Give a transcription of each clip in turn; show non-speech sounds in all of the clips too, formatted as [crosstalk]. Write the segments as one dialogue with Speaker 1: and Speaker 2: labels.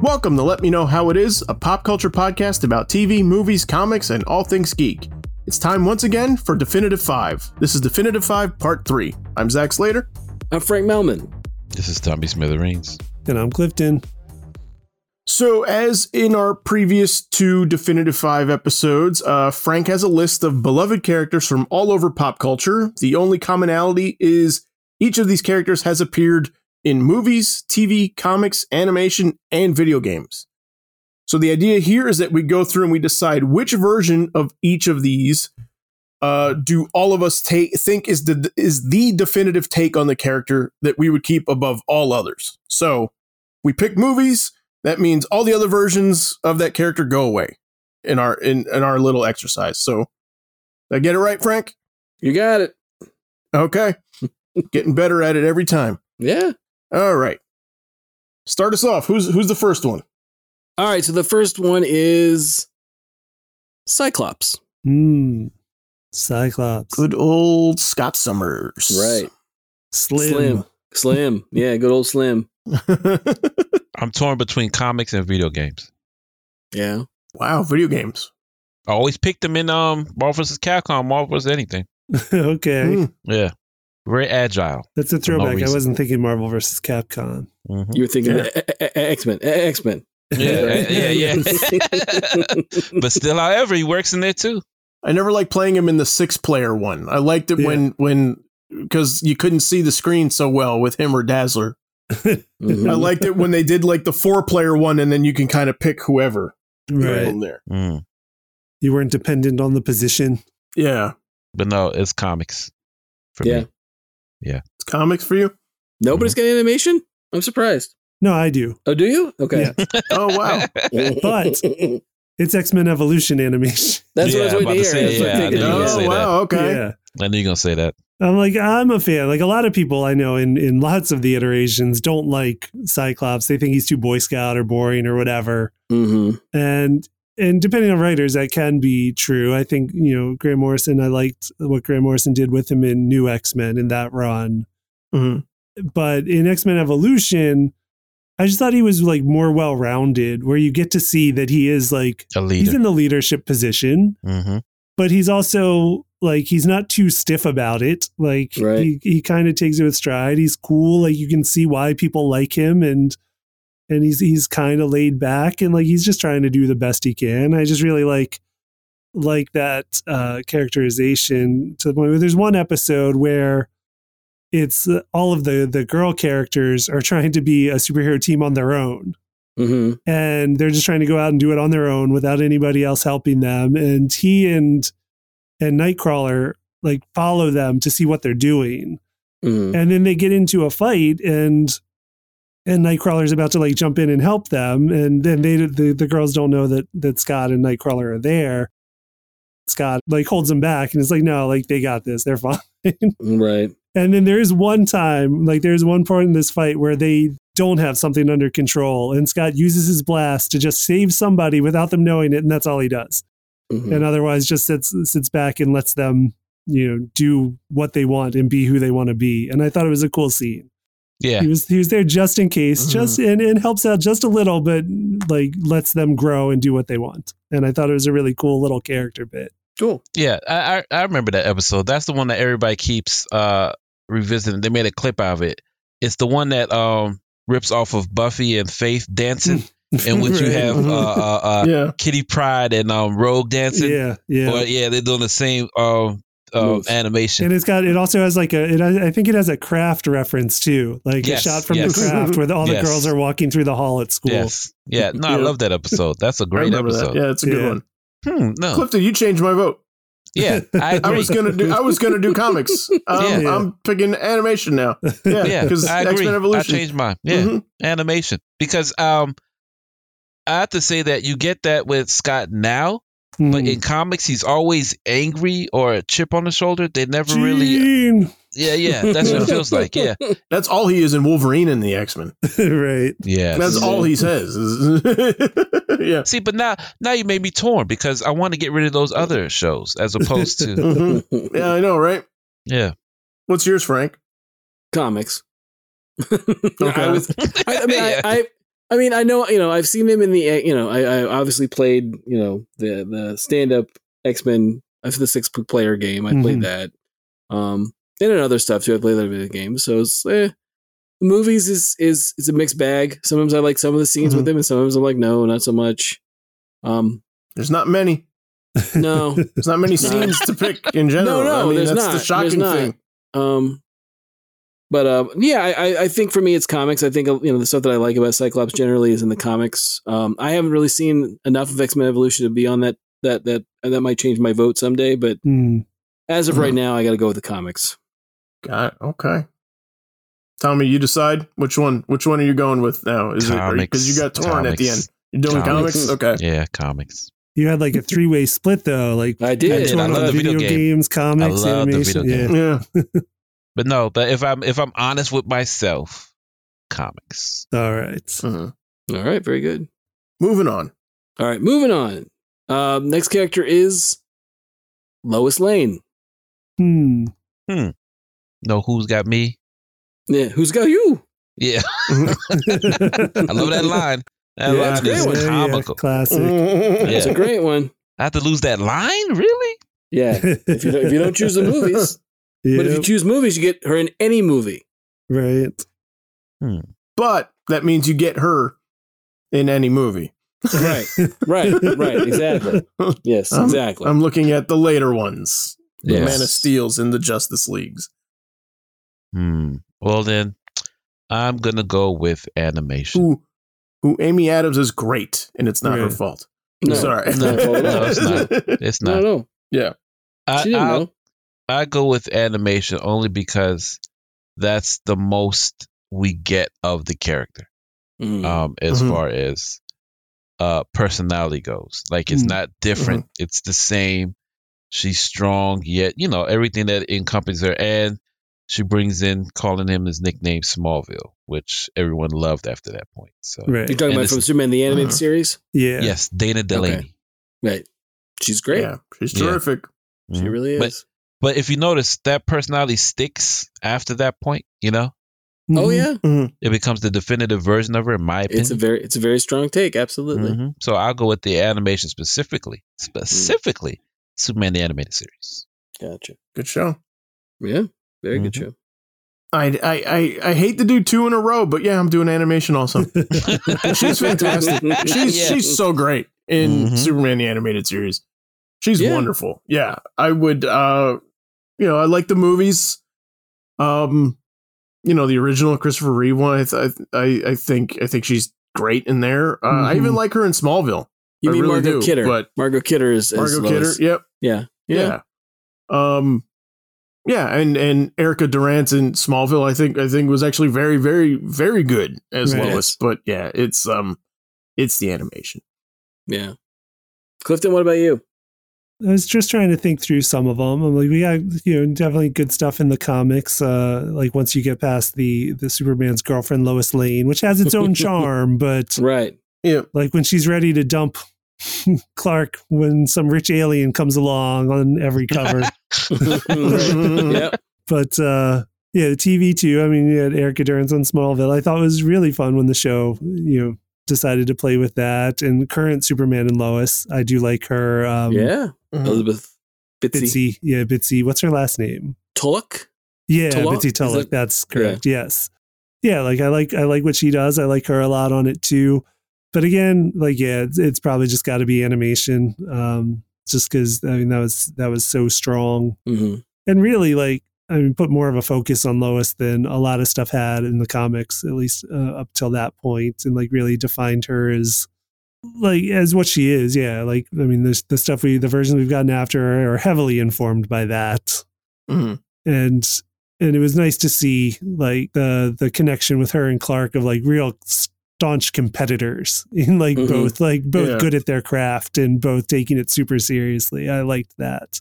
Speaker 1: Welcome to Let Me Know How It Is, a pop culture podcast about TV, movies, comics, and all things geek. It's time once again for Definitive 5. This is Definitive 5 Part 3. I'm Zach Slater.
Speaker 2: I'm Frank Melman.
Speaker 3: This is Tommy Smithereens.
Speaker 4: And I'm Clifton.
Speaker 1: So, as in our previous two Definitive 5 episodes, uh, Frank has a list of beloved characters from all over pop culture. The only commonality is each of these characters has appeared in movies, TV, comics, animation, and video games. So, the idea here is that we go through and we decide which version of each of these uh, do all of us take, think is the, is the definitive take on the character that we would keep above all others. So, we pick movies that means all the other versions of that character go away in our in, in our little exercise so did i get it right frank
Speaker 2: You got it.
Speaker 1: okay [laughs] getting better at it every time
Speaker 2: Yeah.
Speaker 1: all right start us off who's who's the first one
Speaker 2: All right. So the first one is Cyclops.
Speaker 4: Hmm. Cyclops.
Speaker 1: old scott summers
Speaker 4: Slim.
Speaker 2: Slim.
Speaker 3: [laughs]
Speaker 2: Slim. Yeah. Good old Slim.
Speaker 3: I'm torn between comics and video games.
Speaker 2: Yeah.
Speaker 1: [laughs] wow video games
Speaker 3: I always picked them in um Marvel vs. Capcom, Marvel vs. anything.
Speaker 4: [laughs] okay.
Speaker 1: Hmm.
Speaker 3: Yeah. Very agile.
Speaker 4: That's a throwback. I
Speaker 3: reason.
Speaker 4: wasn't thinking Marvel versus Capcom.
Speaker 3: Mhm.
Speaker 2: You were thinking E-,
Speaker 1: Yeah.
Speaker 2: X Men. X Men. [laughs]
Speaker 3: Yeah,
Speaker 4: [laughs]
Speaker 3: yeah, yeah. [laughs] but still, however, he works in there too.
Speaker 1: i never liked playing him in the six player one i liked it
Speaker 4: Yeah.
Speaker 1: when when because you couldn't see the screen so well with him or dazzler
Speaker 2: Mm-hmm.
Speaker 1: I liked it when they did like the four player one, and then you can kind of pick whoever
Speaker 4: Right.
Speaker 1: from there.
Speaker 3: Mm.
Speaker 4: You weren't dependent on the position.
Speaker 1: Yeah,
Speaker 3: But no, it's comics. For
Speaker 2: Yeah.
Speaker 3: Me.
Speaker 1: it's comics for you.
Speaker 2: Nobody's got animation. I'm surprised.
Speaker 4: No, I do.
Speaker 2: Oh, do you? Okay. [laughs]
Speaker 1: Oh
Speaker 3: [laughs]
Speaker 1: wow,
Speaker 4: But- It's X Men Evolution animation. [laughs]
Speaker 2: that's
Speaker 3: Yeah,
Speaker 2: what I was
Speaker 3: I'm
Speaker 2: waiting to
Speaker 3: about to
Speaker 2: hear.
Speaker 3: say,
Speaker 2: That's what I'm
Speaker 3: yeah, I
Speaker 2: thinking.
Speaker 3: knew you were gonna
Speaker 1: oh
Speaker 3: say that.
Speaker 1: wow, okay.
Speaker 4: Yeah.
Speaker 3: I knew you were going to say that.
Speaker 4: I'm like, I'm a fan. Like a lot of people I know in in lots of the iterations don't like Cyclops. They think he's too Boy Scout or boring or whatever.
Speaker 2: Mhm.
Speaker 4: and and depending on writers that can be true i think you know graham morrison i liked what graham morrison did with him in new x-men in that run
Speaker 1: Mhm.
Speaker 4: but in x-men evolution i just thought he was like more well-rounded where you get to see that he is like
Speaker 3: A
Speaker 4: he's
Speaker 3: leader.
Speaker 4: in the leadership position
Speaker 3: hmm
Speaker 4: but he's also like he's not too stiff about it like
Speaker 2: Right.
Speaker 4: he, he kind of takes it with stride he's cool like you can see why people like him and and he's he's kind of laid back and like he's just trying to do the best he can i just really like like that uh characterization to the point where there's one episode where it's uh, all of the the girl characters are trying to be a superhero team on their own
Speaker 2: Mhm.
Speaker 4: and they're just trying to go out and do it on their own without anybody else helping them. And he and and Nightcrawler like follow them to see what they're doing,
Speaker 2: Mhm.
Speaker 4: and then they get into a fight, and and Nightcrawler's about to like jump in and help them, and then they the, the girls don't know that that Scott and Nightcrawler are there. Scott like holds them back and is like, no, like they got this, they're fine.
Speaker 2: Mm-hmm. Right.
Speaker 4: And then there is one time, like there's one part in this fight where they don't have something under control, and Scott uses his blast to just save somebody without them knowing it, and that's all he does.
Speaker 3: Hmm.
Speaker 2: Mhm.
Speaker 4: And otherwise, just sits sits back and lets them, you know, do what they want and be who they want to be. And I thought it was a cool scene.
Speaker 3: Yeah. Hmm.
Speaker 4: He was he was there just in case, just and, and helps out just a little, but like lets them grow and do what they want. And I thought it was a really cool little character bit.
Speaker 2: Cool.
Speaker 3: Yeah. I, I, I remember that episode. That's the one that everybody keeps uh, revisiting. They made a clip out of it. It's the one that um, rips off of Buffy and Faith [laughs] dancing, in which you
Speaker 4: [laughs] Right. Mm-hmm.
Speaker 3: have uh, uh, uh,
Speaker 1: yeah.
Speaker 3: Kitty Pride and um, Rogue dancing.
Speaker 4: yeah, yeah.
Speaker 3: Or yeah, they're doing the same um, um
Speaker 2: Moves.
Speaker 3: animation.
Speaker 4: And it's got it also has like a it has, I think it has a craft reference too, like
Speaker 3: Yes,
Speaker 4: a shot from
Speaker 3: yes.
Speaker 4: the craft where the, all the
Speaker 3: Yes.
Speaker 4: girls are walking through the hall at school.
Speaker 3: Yes. Yeah. No, I
Speaker 1: Yeah.
Speaker 3: love that episode. That's a
Speaker 1: I
Speaker 3: great
Speaker 1: remember
Speaker 3: episode.
Speaker 1: that. Yeah, it's a good
Speaker 4: Yeah.
Speaker 1: one.
Speaker 3: Hmm, no.
Speaker 1: Clifton, you changed my vote. [laughs]
Speaker 3: Yeah. I
Speaker 1: I
Speaker 3: agree.
Speaker 1: was gonna do. I was gonna do comics. Um,
Speaker 4: Yeah.
Speaker 1: I'm picking animation now. Yeah,
Speaker 3: [laughs] yeah,
Speaker 1: because
Speaker 3: I
Speaker 1: X
Speaker 3: agree.
Speaker 1: Men
Speaker 3: I
Speaker 1: Evolution.
Speaker 3: changed mine. Yeah,
Speaker 1: Mhm.
Speaker 3: animation because um, I have to say that you get that with Scott now,
Speaker 4: Hmm.
Speaker 3: but
Speaker 1: Mm.
Speaker 3: in comics he's always angry or a chip on the shoulder. They never
Speaker 4: Hmm.
Speaker 3: really.
Speaker 4: Gene!
Speaker 3: Yeah, yeah, that's what it feels like. Yeah,
Speaker 1: That's all he is in Wolverine and the X Men.
Speaker 4: [laughs] right.
Speaker 1: [laughs]
Speaker 3: yeah.
Speaker 1: That's all he says. [laughs] is- yeah.
Speaker 3: See, but now now you made me torn because I want to get rid of those other shows as
Speaker 1: [laughs]
Speaker 3: opposed to
Speaker 1: Mhm.
Speaker 2: Mm-hmm.
Speaker 1: Yeah, I know, right?
Speaker 3: yeah.
Speaker 1: What's yours, Frank?
Speaker 2: Comics. [laughs]
Speaker 1: Okay.
Speaker 3: [laughs]
Speaker 2: I was. I, I mean, I, I I mean, I know, you know, I've seen him in the, you know, I, I obviously played, you know, the the stand up X Men. I've the six player game. I played
Speaker 4: Mhm.
Speaker 2: that, um, and in other stuff too. I played other video games. So it's, eh. the movies is is is a mixed bag. Sometimes I like some of the scenes with him, and sometimes I'm like, no, not so much. Um,
Speaker 1: There's not many.
Speaker 4: [laughs]
Speaker 2: no,
Speaker 1: There's not many
Speaker 2: No.
Speaker 1: scenes to pick in general.
Speaker 2: no,
Speaker 1: I mean,
Speaker 2: there's
Speaker 1: that's
Speaker 2: not.
Speaker 1: the
Speaker 2: There's
Speaker 1: shocking
Speaker 2: not.
Speaker 1: thing.
Speaker 2: Um, but uh, yeah, I, I- I think for me it's comics. I think uh, you know the stuff that I like about Cyclops generally is in the comics. Um, I haven't really seen enough of X Men Evolution to be on that that that that might change my vote someday. But
Speaker 4: Mm.
Speaker 2: as of
Speaker 1: Mhm.
Speaker 2: right now, I got to go with the comics.
Speaker 1: Got it. Okay. Tommy, you decide which one. Which one are you going with now? Is it
Speaker 3: Comics.
Speaker 1: because you got torn at the end?
Speaker 3: Comics.
Speaker 1: You're doing
Speaker 3: Comics.
Speaker 1: comics. Okay.
Speaker 3: Yeah, comics.
Speaker 4: You had like a three way split though, like
Speaker 2: I
Speaker 3: I
Speaker 2: did.
Speaker 3: did.
Speaker 4: one
Speaker 3: I
Speaker 4: on
Speaker 3: love the video game.
Speaker 4: games, comics,
Speaker 3: I love the
Speaker 4: animation.
Speaker 3: video game.
Speaker 1: Yeah.
Speaker 3: But no, but if I'm if I'm honest with myself, comics.
Speaker 4: Yeah. All right.
Speaker 1: Mhm.
Speaker 2: All right, very good.
Speaker 1: Moving on.
Speaker 2: All right, moving on. Um, next character is Lois Lane.
Speaker 4: Hmm.
Speaker 3: Know who's got me?
Speaker 2: Yeah, who's got you?
Speaker 3: Yeah, [laughs] [laughs] I
Speaker 4: [laughs]
Speaker 3: love
Speaker 1: [laughs]
Speaker 3: that line. That
Speaker 4: Yeah,
Speaker 3: line is
Speaker 2: great one.
Speaker 4: yeah, yeah,
Speaker 3: comical.
Speaker 4: classic.
Speaker 2: Mm.
Speaker 1: yeah.
Speaker 2: [laughs] That's a great one.
Speaker 3: I have to lose that line, really?
Speaker 2: Yeah, if you don't, if you don't choose the movies, but
Speaker 4: [laughs]
Speaker 2: if you
Speaker 4: Yep,
Speaker 2: choose movies, you get her in any movie.
Speaker 4: right.
Speaker 1: But that means you get her in any movie.
Speaker 2: Right, right, right.
Speaker 1: [laughs]
Speaker 2: Exactly. Yes,
Speaker 1: I'm-
Speaker 2: exactly.
Speaker 1: I'm looking at the later ones. The
Speaker 3: Yes.
Speaker 1: Man of Steel's and the Justice Leagues.
Speaker 3: Hmm. Well then, I'm gonna go with animation.
Speaker 1: Who who Amy Adams is great and it's not her
Speaker 4: Right.
Speaker 1: fault.
Speaker 2: no,
Speaker 1: Sorry.
Speaker 2: No,
Speaker 3: No,
Speaker 1: [laughs]
Speaker 3: it's not. It's
Speaker 2: no,
Speaker 3: not.
Speaker 2: no.
Speaker 3: I,
Speaker 2: She didn't
Speaker 3: I, oh,
Speaker 2: know.
Speaker 3: I go with animation only because that's the most we get of the character.
Speaker 2: Mm.
Speaker 3: um as
Speaker 1: Mhm.
Speaker 3: far as uh personality goes like it's
Speaker 4: Mm.
Speaker 3: not different it's the same she's strong yet you know everything that encompasses her and she brings in calling him his nickname smallville which everyone loved after that point so
Speaker 4: Right.
Speaker 2: You're talking
Speaker 3: and Mm-hmm.
Speaker 2: about
Speaker 3: it's-
Speaker 2: from Superman the animated
Speaker 1: Uh-huh.
Speaker 2: series,
Speaker 4: Yeah.
Speaker 3: yes dana delaney
Speaker 2: right? She's great.
Speaker 1: Yeah, she's
Speaker 3: Yeah.
Speaker 1: terrific.
Speaker 2: She
Speaker 3: Mhm.
Speaker 2: really
Speaker 3: But-
Speaker 2: is.
Speaker 3: but if you notice that personality sticks after that point you know
Speaker 2: oh
Speaker 4: Mhm.
Speaker 2: yeah,
Speaker 3: it becomes the definitive version of her in my opinion
Speaker 2: it's a very it's a very strong take. Absolutely.
Speaker 3: Mhm. So I'll go with the animation specifically, specifically Superman the animated series.
Speaker 2: Gotcha.
Speaker 1: Good show.
Speaker 2: Yeah, very good
Speaker 3: Mhm.
Speaker 2: show.
Speaker 1: I, I I I hate to do two in a row, but yeah, I'm doing animation also. [laughs] she's fantastic. She's
Speaker 3: Yeah.
Speaker 1: she's so great in
Speaker 3: Mhm.
Speaker 1: Superman the animated series. She's
Speaker 2: Yeah.
Speaker 1: wonderful. Yeah, I would. uh You know, I like the movies. Um, you know, the original Christopher Reeve one. I th- I I think I think she's great in there. Uh, I even
Speaker 4: Mhm.
Speaker 1: like her in Smallville.
Speaker 2: You
Speaker 1: I
Speaker 2: mean
Speaker 1: really
Speaker 2: Margot
Speaker 1: do,
Speaker 2: Kidder?
Speaker 1: but-
Speaker 2: Margot Kidder is, is
Speaker 1: Margot Kidder.
Speaker 2: Lois.
Speaker 1: Yep.
Speaker 2: Yeah.
Speaker 1: Yeah. Um yeah, and and Erica Durant in Smallville I think I think was actually very very very good as
Speaker 4: Right.
Speaker 1: Lois, but yeah, it's um it's the animation.
Speaker 2: Yeah. Clifton, what about you?
Speaker 4: I was just trying to think through some of them. I'm like, we got you know definitely good stuff in the comics. Uh, like once you get past the the Superman's girlfriend Lois Lane, which has
Speaker 2: [laughs]
Speaker 4: its own charm, but
Speaker 2: Right.
Speaker 1: [laughs] Yeah.
Speaker 4: like when she's ready to dump [laughs] Clark when some rich alien comes along on every cover.
Speaker 2: [laughs] Right. Yep.
Speaker 4: but uh, yeah, the TV too. I mean, you had Erica Durance on Smallville. I thought it was really fun when the show you know decided to play with that. And current Superman and Lois, I do like her. Um,
Speaker 2: yeah.
Speaker 3: uh,
Speaker 2: Elizabeth Bitsy,
Speaker 4: Bitsy. Yeah, Bitsy. What's her last name?
Speaker 2: Tulloch.
Speaker 4: Yeah,
Speaker 2: Tulloch?
Speaker 4: Bitsy
Speaker 2: Is
Speaker 4: Tulloch.
Speaker 2: it-
Speaker 4: That's correct. Yes. Yeah, like I like I like what she does. I like her a lot on it too. But again, like yeah, it's, it's probably just got to be animation. Um, just because I mean that was that was so strong
Speaker 2: hmm
Speaker 4: and really like I mean put more of a focus on Lois than a lot of stuff had in the comics at least uh, up till that point and like really defined her as like as what she is yeah like I mean there's the stuff we the versions we've gotten after her are heavily informed by that
Speaker 1: Mhm.
Speaker 4: and and it was nice to see like the the connection with her and Clark of like real staunch competitors [laughs] in like
Speaker 2: Mhm.
Speaker 4: both like both
Speaker 1: Yeah.
Speaker 4: good at their craft and both taking it super seriously. I liked that,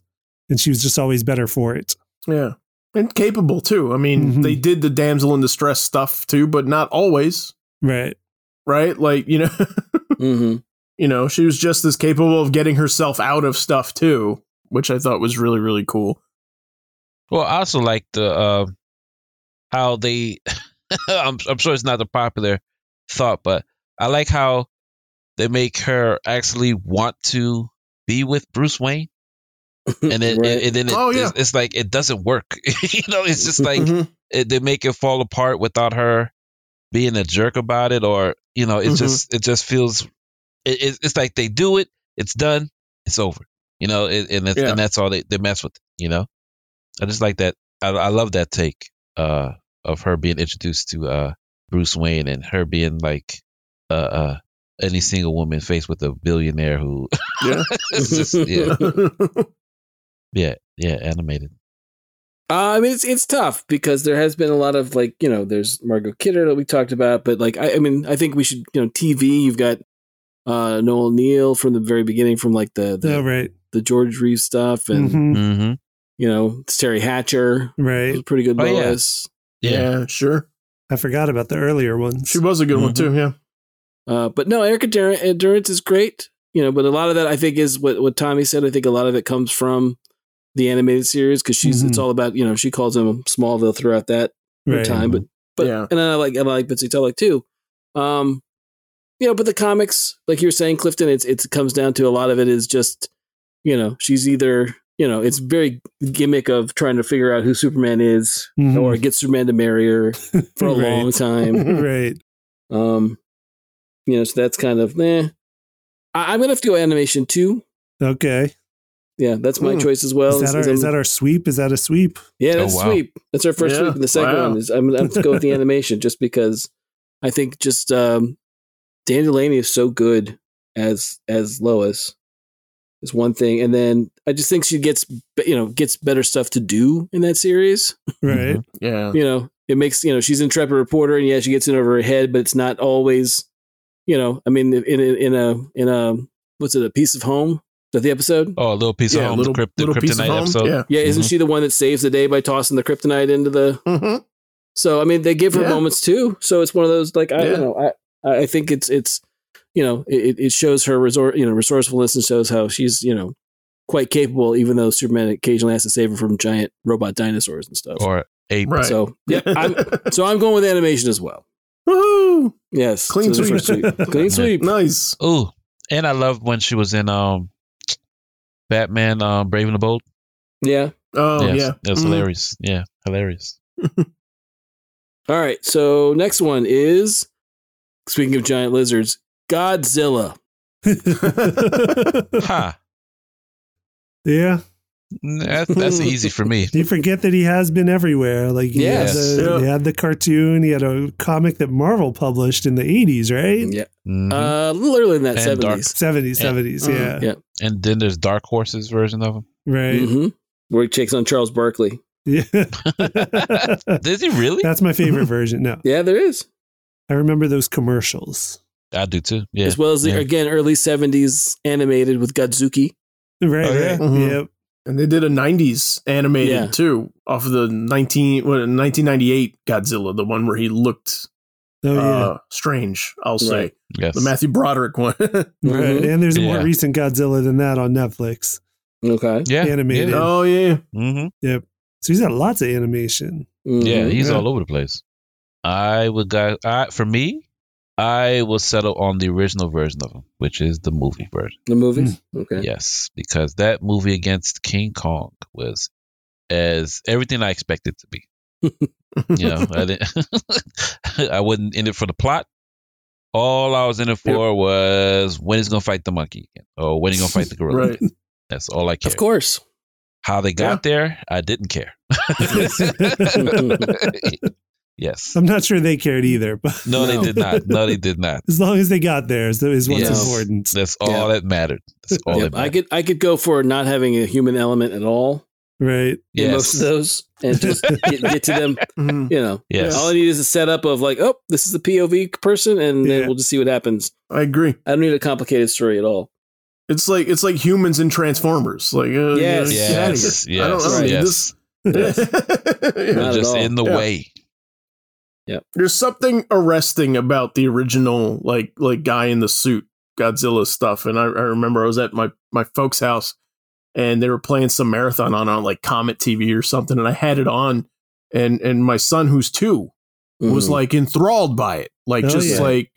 Speaker 4: and she was just always better for it.
Speaker 1: Yeah. And capable too. I mean,
Speaker 4: Mhm.
Speaker 1: they did the damsel in distress stuff too, but not always,
Speaker 4: Right.
Speaker 1: right? Like, you know, [laughs]
Speaker 2: hmm
Speaker 1: you know, she was just as capable of getting herself out of stuff too, which I thought was really really cool.
Speaker 3: [laughs] Well, I also like the uh, [laughs] how they. I'm, I'm sure it's not a popular thought, but I like how they make her actually want to be with Bruce Wayne, and
Speaker 2: [laughs]
Speaker 3: then
Speaker 2: Right.
Speaker 3: and, and then it,
Speaker 1: Oh, yeah.
Speaker 3: it's, it's like it doesn't work. [laughs] you know, it's just
Speaker 1: [laughs]
Speaker 3: like
Speaker 1: Mhm.
Speaker 3: it, they make it fall apart without her being a jerk about it, or you know, it
Speaker 1: Mhm.
Speaker 3: just it just feels it, it, it's like they do it, it's done, it's over. You know, and and, that's
Speaker 1: Yeah.
Speaker 3: and that's all they, they mess with. You know, I just like that. I, I love that take uh, of her being introduced to uh, Bruce Wayne and her being like uh, uh, any single woman faced with a billionaire who, [laughs]
Speaker 1: Yeah.
Speaker 3: it's
Speaker 1: [laughs]
Speaker 3: just, yeah, yeah, yeah, animated.
Speaker 2: Uh, I mean, it's it's tough because there has been a lot of like you know, there's Margot Kidder that we talked about, but like I, I mean, I think we should you know, TV. You've got uh, Noel Neal from the very beginning, from like the the,
Speaker 4: Oh, right.
Speaker 2: the George Reeves stuff, and
Speaker 4: hmm
Speaker 3: Mm-hmm.
Speaker 2: you know, it's Terry Hatcher,
Speaker 4: Right.
Speaker 2: who's pretty good.
Speaker 3: Oh, yeah.
Speaker 2: Boaz.
Speaker 3: Yeah.
Speaker 1: yeah, sure.
Speaker 4: I forgot about the earlier ones.
Speaker 1: She was a good one
Speaker 3: Mhm.
Speaker 1: too. Yeah.
Speaker 2: Uh, but no, Erica Dur- Endurance is great, you know. But a lot of that, I think, is what what Tommy said. I think a lot of it comes from the animated series because she's it's
Speaker 3: Mm-hmm.
Speaker 4: Mhm.
Speaker 2: all about you know she calls him Smallville throughout that her
Speaker 4: Right.
Speaker 2: time, but but
Speaker 1: Yeah.
Speaker 2: and I like and I like Bitsy Tulloch too. Um, you know, but the comics, like you were saying, Clifton, it's it's- it comes down to a lot of it is just you know she's either you know it's very gimmick of trying to figure out who Superman is
Speaker 4: Mhm.
Speaker 2: or get Superman to marry her for a
Speaker 4: [laughs] Right.
Speaker 2: long time.
Speaker 4: Right.
Speaker 2: Um, you know, so that's kind of eh. I, I'm gonna have to go animation too.
Speaker 4: Okay.
Speaker 2: Yeah, that's my
Speaker 1: Hmm.
Speaker 2: choice as well.
Speaker 4: Is that,
Speaker 2: Since
Speaker 4: our, is
Speaker 2: I'm-
Speaker 4: that our sweep? Is that a
Speaker 2: [laughs]
Speaker 4: sweep?
Speaker 2: yeah,
Speaker 3: Oh,
Speaker 2: that's
Speaker 3: wow.
Speaker 2: sweep. That's our first
Speaker 1: Yeah,
Speaker 2: sweep, and the second
Speaker 1: wow.
Speaker 2: one is I'm gonna have to go with
Speaker 3: [laughs]
Speaker 2: the animation just because I think just um, Dan Delaney is so good as as Lois is one thing, and then I just think she gets be- you know gets better stuff to do in that series.
Speaker 4: Right.
Speaker 2: Mm-hmm.
Speaker 1: Yeah.
Speaker 3: Mhm.
Speaker 2: you know, it makes you know she's an intrepid reporter, and yeah, she gets in over her head, but it's not always, you know, I mean, in in, in a in a what's it, a piece of home? Is that the episode?
Speaker 3: Oh, a little piece of
Speaker 1: Yeah.
Speaker 3: home,
Speaker 1: Little,
Speaker 3: the, crypt, the
Speaker 1: little
Speaker 3: kryptonite
Speaker 1: piece of home.
Speaker 3: episode.
Speaker 1: Yeah.
Speaker 2: Yeah, isn't
Speaker 3: Mhm.
Speaker 2: she the one that saves the day by tossing the kryptonite into the?
Speaker 1: Mhm.
Speaker 2: So I mean, they give her
Speaker 1: Yeah.
Speaker 2: moments too. So it's one of those like I
Speaker 1: Yeah.
Speaker 2: you know I I think it's it's you know it, it shows her resor- you know resourcefulness and shows how she's you know quite capable, even though Superman occasionally has to save her from giant robot dinosaurs and stuff.
Speaker 3: Or ape.
Speaker 1: Right.
Speaker 2: So
Speaker 1: [laughs]
Speaker 2: yeah, I'm, so I'm going with animation as well.
Speaker 1: Woohoo!
Speaker 2: Yes.
Speaker 1: Clean
Speaker 2: so the
Speaker 1: sweep. [laughs]
Speaker 2: first Clean sweep.
Speaker 1: Nice.
Speaker 3: Ooh, and I loved when she was in um Batman um Brave and the Bold.
Speaker 2: Yeah.
Speaker 1: Oh
Speaker 3: Yes,
Speaker 1: yeah.
Speaker 3: That was
Speaker 1: Mhm.
Speaker 3: hilarious. Yeah,
Speaker 1: [laughs]
Speaker 3: hilarious.
Speaker 2: All right. So next one is speaking of giant lizards, Godzilla.
Speaker 3: Ha.
Speaker 4: [laughs] yeah.
Speaker 3: That,
Speaker 1: [laughs]
Speaker 3: that's easy for me.
Speaker 4: You forget that he has been everywhere. Like he,
Speaker 2: Yes.
Speaker 4: had the,
Speaker 1: Yeah.
Speaker 4: he had the cartoon. He had a comic that Marvel published in the 80s, right?
Speaker 2: Yeah.
Speaker 3: Mhm.
Speaker 2: Uh, a little earlier than that,
Speaker 3: And dark.
Speaker 2: seventies.
Speaker 3: Yeah.
Speaker 4: 70s, 70s. Yeah.
Speaker 1: Mhm.
Speaker 2: Yeah.
Speaker 3: and then there's Dark Horse's version
Speaker 1: [laughs]
Speaker 3: of him.
Speaker 4: Right.
Speaker 2: Mm-hmm. Where he takes on Charles Barkley.
Speaker 4: Yeah.
Speaker 3: Does he really?
Speaker 4: [laughs] That's my favorite version. No.
Speaker 2: Yeah, there is.
Speaker 4: I remember those commercials.
Speaker 3: I do too. Yeah.
Speaker 2: As well as the
Speaker 3: yeah.
Speaker 2: again early seventies animated with Godzuki.
Speaker 4: Right.
Speaker 3: Oh, yeah?
Speaker 4: right.
Speaker 1: Mhm.
Speaker 4: Yep.
Speaker 1: And they did a '90s animated
Speaker 2: Yeah.
Speaker 1: too, off of the 19 what, 1998 Godzilla, the one where he looked
Speaker 3: Uh-huh.
Speaker 4: Oh, yeah.
Speaker 1: uh, strange. I'll say
Speaker 2: Right.
Speaker 3: Yes.
Speaker 1: the Matthew Broderick one. [laughs]
Speaker 4: right.
Speaker 2: Mhm.
Speaker 4: And there's a more
Speaker 3: Yeah.
Speaker 4: recent Godzilla than that on Netflix.
Speaker 2: Okay.
Speaker 3: yeah.
Speaker 4: animated.
Speaker 3: Yeah.
Speaker 1: oh yeah.
Speaker 3: hmm
Speaker 4: So he's got lots of animation.
Speaker 3: yeah,
Speaker 2: Mhm.
Speaker 3: he's
Speaker 4: Yeah.
Speaker 3: all over the place. I would go. I for me, I will settle on the original version of him, which is the movie version.
Speaker 2: The movies.
Speaker 3: Mm.
Speaker 2: Okay.
Speaker 3: Yes, because that movie against King Kong was as everything I expected it to be. You know, I didn't. [laughs] I wasn't in it for the plot. All I was in it for was when he's gonna fight the monkey again, or when he's gonna fight the gorilla.
Speaker 1: Right.
Speaker 3: again. That's all I cared.
Speaker 2: Of course.
Speaker 3: How they got there, I didn't care. [laughs] yes.
Speaker 4: I'm not sure they cared either, but
Speaker 3: No,
Speaker 2: No.
Speaker 3: they did not. No, they did not.
Speaker 4: as long as they got there is, is what's
Speaker 3: Yes.
Speaker 4: important.
Speaker 3: That's all that mattered. That's all
Speaker 2: Yep,
Speaker 3: that mattered.
Speaker 2: I could I could go for not having a human element at all
Speaker 4: Right.
Speaker 2: in most of
Speaker 3: yes.
Speaker 2: those
Speaker 3: [laughs]
Speaker 2: and just get, get to them
Speaker 1: Mhm.
Speaker 2: you know
Speaker 3: Yes.
Speaker 2: all i need is a setup of like oh this is the pov person and then
Speaker 4: Yeah.
Speaker 2: we'll just see what happens
Speaker 1: I agree.
Speaker 2: i don't need a complicated story at all
Speaker 1: It's like it's like humans and Transformers. Like uh,
Speaker 2: Yes.
Speaker 1: get out of here.
Speaker 3: Yes. Yes.
Speaker 1: I don't- I don't need
Speaker 3: yes.
Speaker 1: this. [laughs]
Speaker 3: They're
Speaker 2: Not at
Speaker 3: just
Speaker 2: all.
Speaker 3: in the
Speaker 1: Yeah.
Speaker 3: way.
Speaker 1: There's something arresting about the original, like like guy in the suit Godzilla stuff. And I, I remember I was at my my folks' house, and they were playing some marathon on on like Comet TV or something, and I had it on, and and my son who's two was
Speaker 2: Mhm.
Speaker 1: like enthralled by it, like
Speaker 4: Oh,
Speaker 1: just
Speaker 4: Mm. yeah.
Speaker 1: like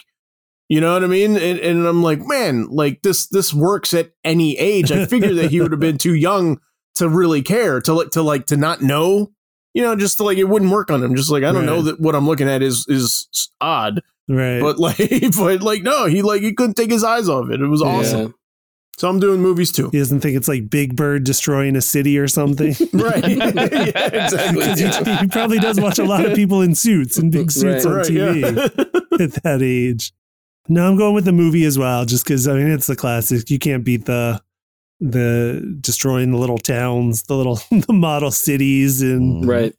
Speaker 1: You know what I mean? And, and I'm like, man, like this this works at any age. I figured that he would have been
Speaker 4: [laughs]
Speaker 1: too young to really care to like to like to not know. You know, just to, like it wouldn't work on him. Just like I don't know
Speaker 4: Right.
Speaker 1: that what I'm looking at is is odd,
Speaker 4: [laughs] Right.
Speaker 1: but like [laughs] but like no, he like he couldn't take his eyes off it. It was awesome.
Speaker 2: Yeah.
Speaker 1: So I'm doing movies
Speaker 4: [laughs]
Speaker 1: too.
Speaker 4: he doesn't think it's like Big Bird destroying a city
Speaker 2: [laughs]
Speaker 4: or something. [laughs]
Speaker 1: Right? [laughs] yeah, exactly.
Speaker 4: 'Cause he, he probably does watch a lot of people in suits and big suits
Speaker 2: Right.
Speaker 4: on TV
Speaker 1: yeah.
Speaker 4: [laughs] at that age. No, I'm going with the movie as well, just because I mean it's the classic. You can't beat the the destroying the little towns, the little [laughs] the model cities, and
Speaker 3: Mhm.
Speaker 2: Right.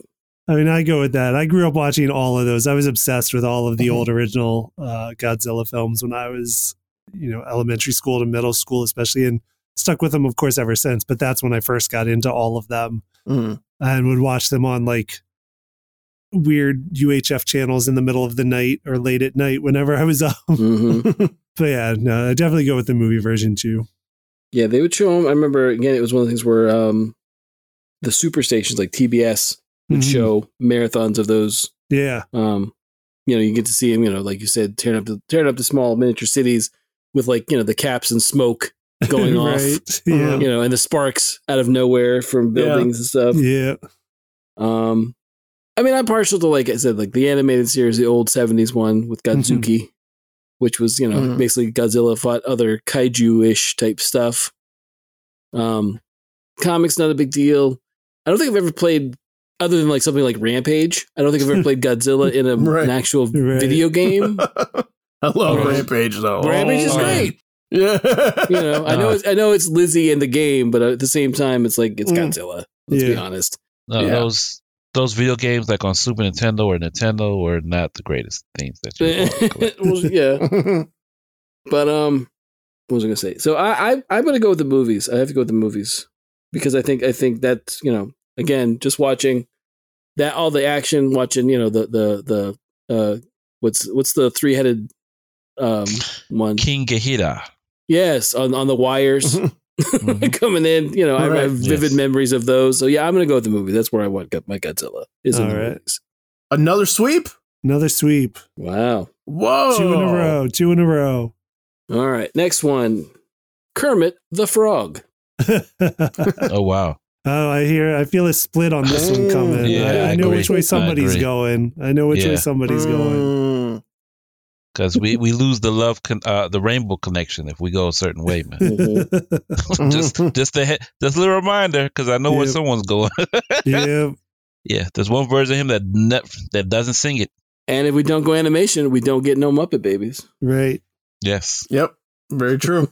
Speaker 4: I mean I go with that. I grew up watching all of those. I was obsessed with all of the old original uh, Godzilla films when I was you know elementary school to middle school, especially, and stuck with them of course ever since. But that's when I first got into all of them
Speaker 1: [laughs] Mm.
Speaker 4: and would watch them on like weird UHF channels in the middle of the night or late at night whenever I was [laughs] up.
Speaker 2: hmm [laughs]
Speaker 4: Mm. But yeah, no, I definitely go with the movie version too.
Speaker 2: Yeah, they would show them. I remember again. It was one of the things where um, the superstations like TBS would
Speaker 4: Mhm.
Speaker 2: show marathons of those.
Speaker 4: Yeah.
Speaker 2: Um, you know, you get to see them. You know, like you said, tearing up the tearing up the small miniature cities with like you know the caps and smoke [laughs] going off.
Speaker 4: Right. Yeah.
Speaker 2: You know, and the sparks out of nowhere from
Speaker 1: Yeah.
Speaker 2: buildings and stuff.
Speaker 4: Yeah.
Speaker 2: Um, I mean, I'm partial to like I said, like the animated series, the old '70s one with Godzuki, which was you know
Speaker 1: Mhm.
Speaker 2: basically Godzilla fought other kaiju-ish type stuff. Um, comics not a big deal. I don't think I've ever played other than like something like Rampage. I don't think I've ever played Godzilla in a,
Speaker 1: Right.
Speaker 2: an actual
Speaker 4: Right.
Speaker 2: video
Speaker 1: [laughs]
Speaker 2: game.
Speaker 1: I love
Speaker 3: Right.
Speaker 1: Rampage though.
Speaker 2: Rampage is
Speaker 1: Oh, man.
Speaker 2: great.
Speaker 1: Yeah.
Speaker 2: You know, I know it's, I know it's Lizzie in the game, but at the same time, it's like it's
Speaker 1: Mm.
Speaker 2: Godzilla. Let's be
Speaker 4: Yeah.
Speaker 2: honest.
Speaker 3: No,
Speaker 1: Yeah.
Speaker 3: those those video games like on Super Nintendo or Nintendo were not the greatest things that you.
Speaker 2: [laughs]
Speaker 3: would want
Speaker 1: [laughs]
Speaker 3: to collect.
Speaker 2: Well, yeah. But um, what was I gonna say? So I, I I'm gonna go with the movies. I have to go with the movies because I think I think that you know again just watching that all the action, watching you know the the the uh what's what's the three headed um one?
Speaker 3: King Ghidorah.
Speaker 2: Yes, on on the wires
Speaker 3: Mhm.
Speaker 2: [laughs] coming in. You know I- I,
Speaker 1: Right.
Speaker 2: have vivid
Speaker 3: Yes.
Speaker 2: memories of those. So yeah, I'm gonna go with the movie. That's where I want Go- my Godzilla is in
Speaker 4: All
Speaker 2: the
Speaker 4: right.
Speaker 2: movies.
Speaker 1: [laughs] Another sweep.
Speaker 4: Another sweep.
Speaker 2: Wow.
Speaker 1: Whoa.
Speaker 4: Two
Speaker 2: Oh.
Speaker 4: in a row. Two in a row. [laughs]
Speaker 2: All right, next one, Kermit the Frog.
Speaker 3: oh wow!
Speaker 4: oh, I hear I feel a split on this one coming.
Speaker 3: Yeah,
Speaker 4: I, I
Speaker 3: I
Speaker 4: know
Speaker 3: agree.
Speaker 4: which way
Speaker 3: I
Speaker 4: somebody's
Speaker 3: agree.
Speaker 4: going. I know which way
Speaker 3: Yeah.
Speaker 4: somebody's going.
Speaker 1: Mm.
Speaker 3: Because we, we lose the love con- uh, the rainbow connection if we go a certain way, man. [laughs]
Speaker 4: [laughs]
Speaker 1: Mm-hmm.
Speaker 3: just just a he- just a little reminder because I know where
Speaker 4: Yep.
Speaker 3: someone's going. [laughs]
Speaker 4: yeah.
Speaker 3: yeah, there's one version of him that ne- that doesn't sing it.
Speaker 2: And if we don't go animation, we don't get no Muppet Babies.
Speaker 4: Right.
Speaker 3: Yes,
Speaker 1: Yep. Very true.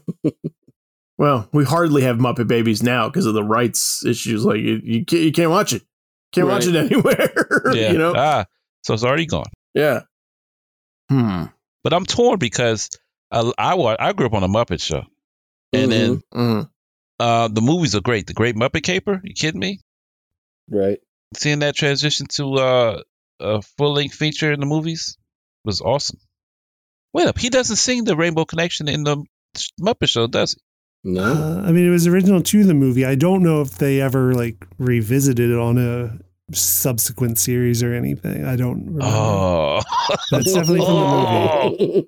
Speaker 1: [laughs] well, we hardly have Muppet Babies now because of the rights issues. Like you, you can't, you can't watch it. Can't watch
Speaker 2: Right.
Speaker 1: it anywhere. [laughs]
Speaker 3: yeah.
Speaker 1: You know.
Speaker 4: Uh,
Speaker 3: Ah, so it's already gone.
Speaker 1: yeah. Hmm.
Speaker 3: But I'm torn because I I, wa- I grew up on a Muppet show, and
Speaker 2: Mm-hmm.
Speaker 3: then
Speaker 1: Mm.
Speaker 3: uh, the movies are great. The Great Muppet Caper. You kidding me?
Speaker 2: Right.
Speaker 3: Seeing that transition to uh, a full length feature in the movies was awesome. Wait up, he doesn't sing the Rainbow Connection in the Muppet Show, does he?
Speaker 2: No.
Speaker 4: Uh, I mean, it was original to the movie. I don't know if they ever like revisited it on a subsequent series or anything. I don't remember.
Speaker 3: Oh, [laughs]
Speaker 4: That's definitely from the
Speaker 2: Oh.
Speaker 4: movie.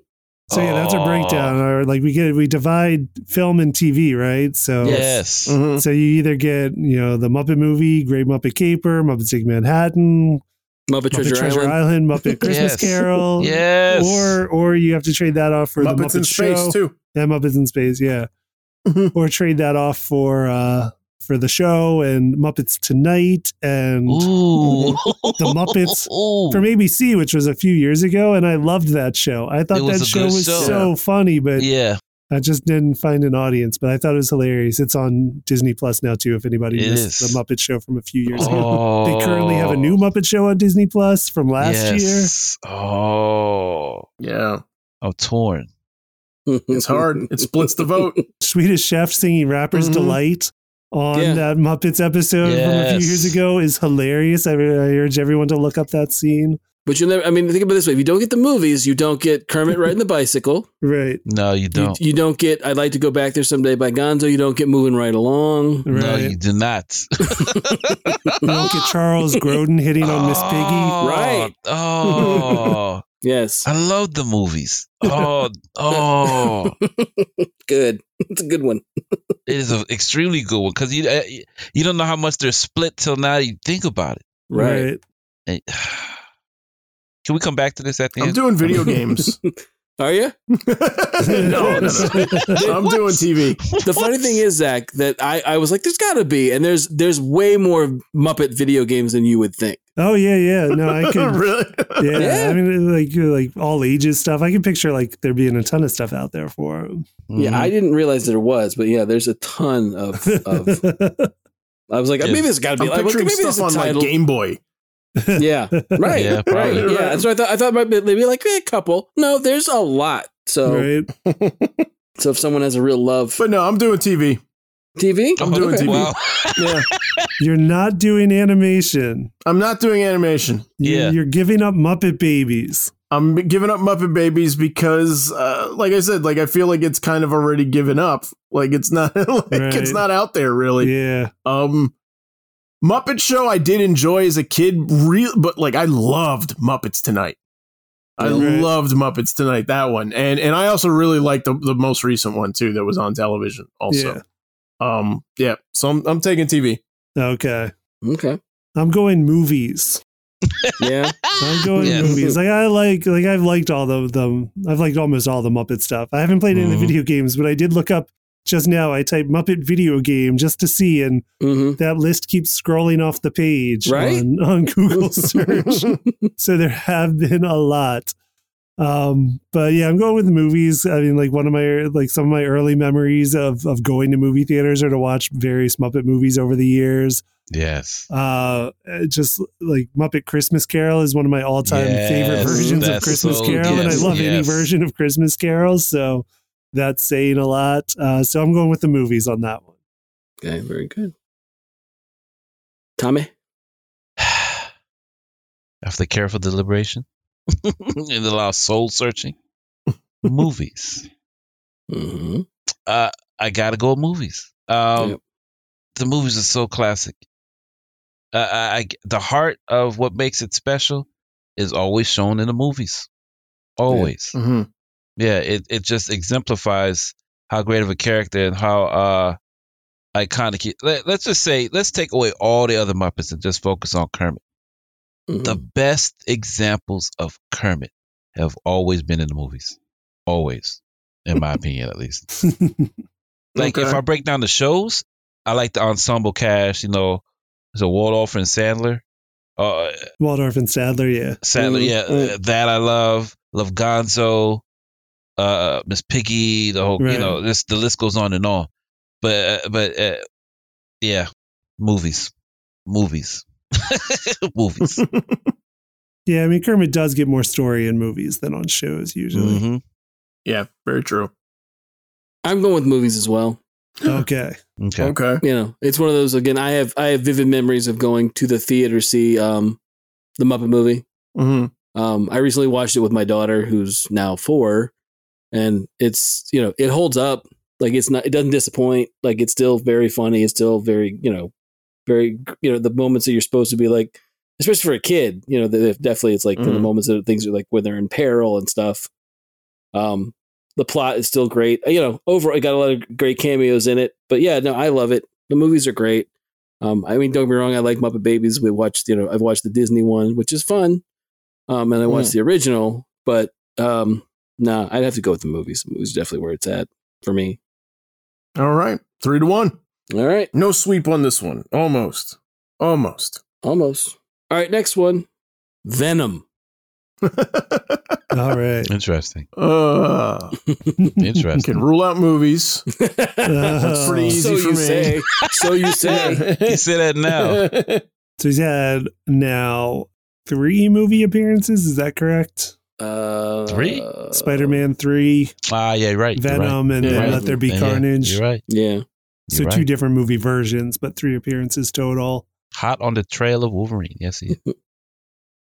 Speaker 4: So yeah, that's our breakdown.
Speaker 3: Oh.
Speaker 4: Or like we get we divide film and TV, right? So
Speaker 3: Yes.
Speaker 1: Mhm.
Speaker 4: so you either get you know the Muppet movie, Great Muppet Caper, Muppet Take Manhattan,
Speaker 2: [laughs] Muppet,
Speaker 4: Muppet
Speaker 2: Treasure,
Speaker 4: Treasure,
Speaker 2: Island.
Speaker 3: [laughs]
Speaker 4: Island. Muppet Christmas
Speaker 3: Yes.
Speaker 4: Carol.
Speaker 3: Yes.
Speaker 4: Mm-hmm. Or or you have to trade that off for
Speaker 1: Muppets
Speaker 4: the Muppet
Speaker 1: in space
Speaker 4: Show.
Speaker 1: too.
Speaker 4: Yeah, Muppets in Space, yeah.
Speaker 1: Mhm.
Speaker 4: [laughs] or trade that off for uh for the show and Muppets Tonight and
Speaker 3: Ooh.
Speaker 4: The
Speaker 3: [laughs]
Speaker 4: Muppets
Speaker 3: Ooh.
Speaker 4: from ABC, which was a few years ago, and I loved that show. I thought
Speaker 3: It was
Speaker 4: that
Speaker 3: a
Speaker 4: show
Speaker 3: good
Speaker 4: was
Speaker 3: show.
Speaker 4: so funny, but
Speaker 3: Yeah,
Speaker 4: I just didn't find an audience. But I thought it was hilarious. It's on Disney Plus now too. If anybody
Speaker 3: It
Speaker 4: missed
Speaker 3: is.
Speaker 4: the Muppet Show from a few years ago,
Speaker 3: oh.
Speaker 4: [laughs] they currently have a new Muppet Show on Disney Plus from last year.
Speaker 3: yes. year. Oh,
Speaker 1: Yeah.
Speaker 3: I'm torn.
Speaker 2: [laughs]
Speaker 1: It's hard. It splits the
Speaker 4: [laughs]
Speaker 1: vote.
Speaker 4: Swedish Chef singing "Rapper's
Speaker 3: Mm-hmm.
Speaker 1: Mhm.
Speaker 4: Delight" on
Speaker 2: Yeah.
Speaker 4: that Muppets episode from a few
Speaker 3: Yes.
Speaker 4: years ago is hilarious. I, I urge everyone to look up that scene.
Speaker 2: But you never. I mean, think about it this way: if you don't get the movies, you don't get Kermit riding the
Speaker 3: [laughs]
Speaker 2: bicycle.
Speaker 4: Right,
Speaker 3: No, you
Speaker 2: You,
Speaker 3: don't.
Speaker 2: you don't get. I'd like to go back there someday by Gonzo. You don't get moving right along.
Speaker 4: right.
Speaker 3: No, you do
Speaker 4: [laughs]
Speaker 3: not. [laughs]
Speaker 4: we don't get Charles Grodin hitting on Miss Piggy.
Speaker 3: Oh,
Speaker 2: Right.
Speaker 3: Oh,
Speaker 2: Yes.
Speaker 3: I love the movies. Oh, oh,
Speaker 2: [laughs] good. It's a good one.
Speaker 3: it is an extremely good one because you uh, you don't know how much they're split till now. You think about it. And- [sighs] can we come back to this at the
Speaker 1: I'm
Speaker 3: end?
Speaker 1: doing
Speaker 4: [laughs]
Speaker 1: video games.
Speaker 2: Are you?
Speaker 1: no, no, no. I'm doing TV.
Speaker 2: The funny thing
Speaker 3: [laughs]
Speaker 2: is, Zach, that I, I was like, there's got to be, and there's there's way more Muppet video games than you would think.
Speaker 4: Oh yeah, yeah.
Speaker 3: [laughs]
Speaker 4: No, I could.
Speaker 1: [laughs] really?
Speaker 4: Yeah,
Speaker 2: Yeah.
Speaker 4: I mean, like like all ages stuff. I can picture like there being a ton of stuff out there for them.
Speaker 2: Yeah,
Speaker 3: Mm-hmm.
Speaker 2: I didn't realize there was, but yeah, there's a ton of.
Speaker 4: [laughs]
Speaker 2: [laughs] of I was like,
Speaker 3: Yeah.
Speaker 2: maybe there's got to
Speaker 1: I'm
Speaker 2: be. like,
Speaker 1: picturing
Speaker 2: maybe there's
Speaker 1: stuff
Speaker 2: a
Speaker 1: on my
Speaker 2: title.
Speaker 1: Game Boy. [laughs]
Speaker 2: Yeah, right,
Speaker 3: Yeah,
Speaker 2: right,
Speaker 3: probably.
Speaker 2: yeah. And so I thought I thought maybe maybe like eh, a couple. No, there's a lot. So
Speaker 4: right?
Speaker 2: so if someone has a real love for
Speaker 1: But no, I'm doing TV.
Speaker 2: TV,
Speaker 1: I'm doing TV.
Speaker 3: Wow.
Speaker 1: Yeah.
Speaker 4: You're not doing animation.
Speaker 1: [laughs] I'm not doing animation.
Speaker 4: You-
Speaker 3: Yeah.
Speaker 4: You're giving up Muppet babies.
Speaker 1: I'm giving up Muppet Babies because, uh, like I said, like I feel like it's kind of already given up. Like it's not, [laughs] like it's
Speaker 4: Right.
Speaker 1: not out there really.
Speaker 4: yeah.
Speaker 1: Um, Muppet Show I did enjoy as a kid, real, but like I loved Muppets Tonight. I
Speaker 4: Right.
Speaker 1: loved Muppets Tonight that one, and and I also really liked the, the most recent one too that was on television. Also, um, yeah. So I'm I'm taking TV.
Speaker 4: Yeah. Okay.
Speaker 2: Okay.
Speaker 4: I'm going movies.
Speaker 2: Yeah.
Speaker 1: [laughs]
Speaker 3: [laughs]
Speaker 4: I'm going
Speaker 3: Yes.
Speaker 4: movies. Like I like like I've liked all the the I've liked almost all the Muppet stuff. I haven't played any of
Speaker 2: Mm-hmm.
Speaker 3: Mhm.
Speaker 4: the video games, but I did look up just now. I typed Muppet video game just to see, and
Speaker 2: Mm-hmm.
Speaker 4: that list keeps scrolling off the page
Speaker 2: Right?
Speaker 4: on, on [laughs] Google search. so there have been a lot. Um, but yeah, I'm going with movies. I mean, like one of my like some of my early memories of of going to movie theaters or to watch various Muppet movies over the years
Speaker 3: Yes. [sighs]
Speaker 4: uh just like muppet christmas carol is one of my all-time
Speaker 3: Yes,
Speaker 4: favorite versions of
Speaker 3: that's
Speaker 4: christmas
Speaker 3: so-
Speaker 4: carol and i
Speaker 3: yes,
Speaker 4: love any
Speaker 3: yes.
Speaker 4: version of christmas carol so that's saying a lot uh so i'm going with the movies on that one
Speaker 2: [laughs] Okay. Very good. Tommy.
Speaker 3: After careful deliberation [laughs] and a lot of soul searching, movies.
Speaker 2: Mm-hmm.
Speaker 3: Uh, I gotta go with movies. Um,
Speaker 2: Yep.
Speaker 3: The movies are so classic. Uh, I, I- the heart of what makes it special is always shown in the movies. Always.
Speaker 2: Mm.
Speaker 1: Mhm.
Speaker 3: yeah it, it just exemplifies how great of a character and how uh iconic he, let, us just say let's take away all the other muppets and just focus on kermit
Speaker 2: Mm-hmm.
Speaker 3: the best examples of kermit have always been in the movies always in my opinion at least like
Speaker 1: Okay.
Speaker 3: if I break down the shows, I like the ensemble cast. You know, so Waldorf and Sandler, uh,
Speaker 4: waldorf and sadler yeah
Speaker 3: Sadler,
Speaker 2: Mm,
Speaker 3: yeah, uh, that I love. Love Gonzo, uh, Miss Piggy, the whole you
Speaker 4: Right.
Speaker 3: know this the list goes on and on. But uh, but uh, yeah, movies, movies, [laughs] movies.
Speaker 1: [laughs]
Speaker 4: yeah i mean kermit does get more story in movies than on shows usually
Speaker 3: hmm
Speaker 1: [laughs] Yeah, very true.
Speaker 2: I'm going with movies as well.
Speaker 3: Mm-hmm.
Speaker 4: [laughs] okay
Speaker 3: Okay.
Speaker 1: Okay.
Speaker 2: You know, it's one of those again. I have I have vivid memories of going to the theater to see um the Muppet movie.
Speaker 1: hmm
Speaker 2: Um, I recently watched it with my daughter, who's now four, and it's you know it holds up. Like it's not, it doesn't disappoint. Like it's still very funny. It's still very you know, very you know the moments that you're supposed to be like, especially for a kid. You know, that definitely it's like the
Speaker 1: Mhm.
Speaker 2: moments that things are like when they're in peril and stuff. Um, the plot is still great. You know, overall, it got a lot of great cameos in it. But yeah, no, I love it. The movies are great. Um, I mean, don't get me wrong. I like Muppet Babies. We watched, you know, I've watched the Disney one, which is fun um, and I
Speaker 1: Hmm.
Speaker 2: watched the original, but um, nah, I'd have to go with the movies. The movies are definitely where it's at for me.
Speaker 1: All right. Three to one.
Speaker 2: All right,
Speaker 1: No sweep on this one. Almost. Almost. [laughs]
Speaker 2: almost. All right, next one, Venom.
Speaker 4: all right
Speaker 3: Interesting.
Speaker 1: uh,
Speaker 3: [laughs] Interesting.
Speaker 1: can rule out movies.
Speaker 4: Uh,
Speaker 1: pretty Uh-huh. easy.
Speaker 2: [laughs] Oh. so
Speaker 1: for
Speaker 2: you
Speaker 1: me.
Speaker 2: say.
Speaker 1: [laughs]
Speaker 2: So you say.
Speaker 3: you say that
Speaker 4: [laughs]
Speaker 3: now.
Speaker 4: [laughs] so he's had now three movie appearances is that correct
Speaker 2: Uh,
Speaker 3: Three?
Speaker 4: spider-man 3
Speaker 3: Ah, yeah, you're right. you're right.
Speaker 4: venom and
Speaker 1: Yeah,
Speaker 4: then
Speaker 1: right.
Speaker 4: let there be
Speaker 3: Yeah,
Speaker 4: carnage
Speaker 3: You're right.
Speaker 2: Yeah.
Speaker 4: So
Speaker 3: You're
Speaker 4: two
Speaker 3: right.
Speaker 4: different movie versions, but three appearances total.
Speaker 3: Hot on the trail of Wolverine. Yes, he is.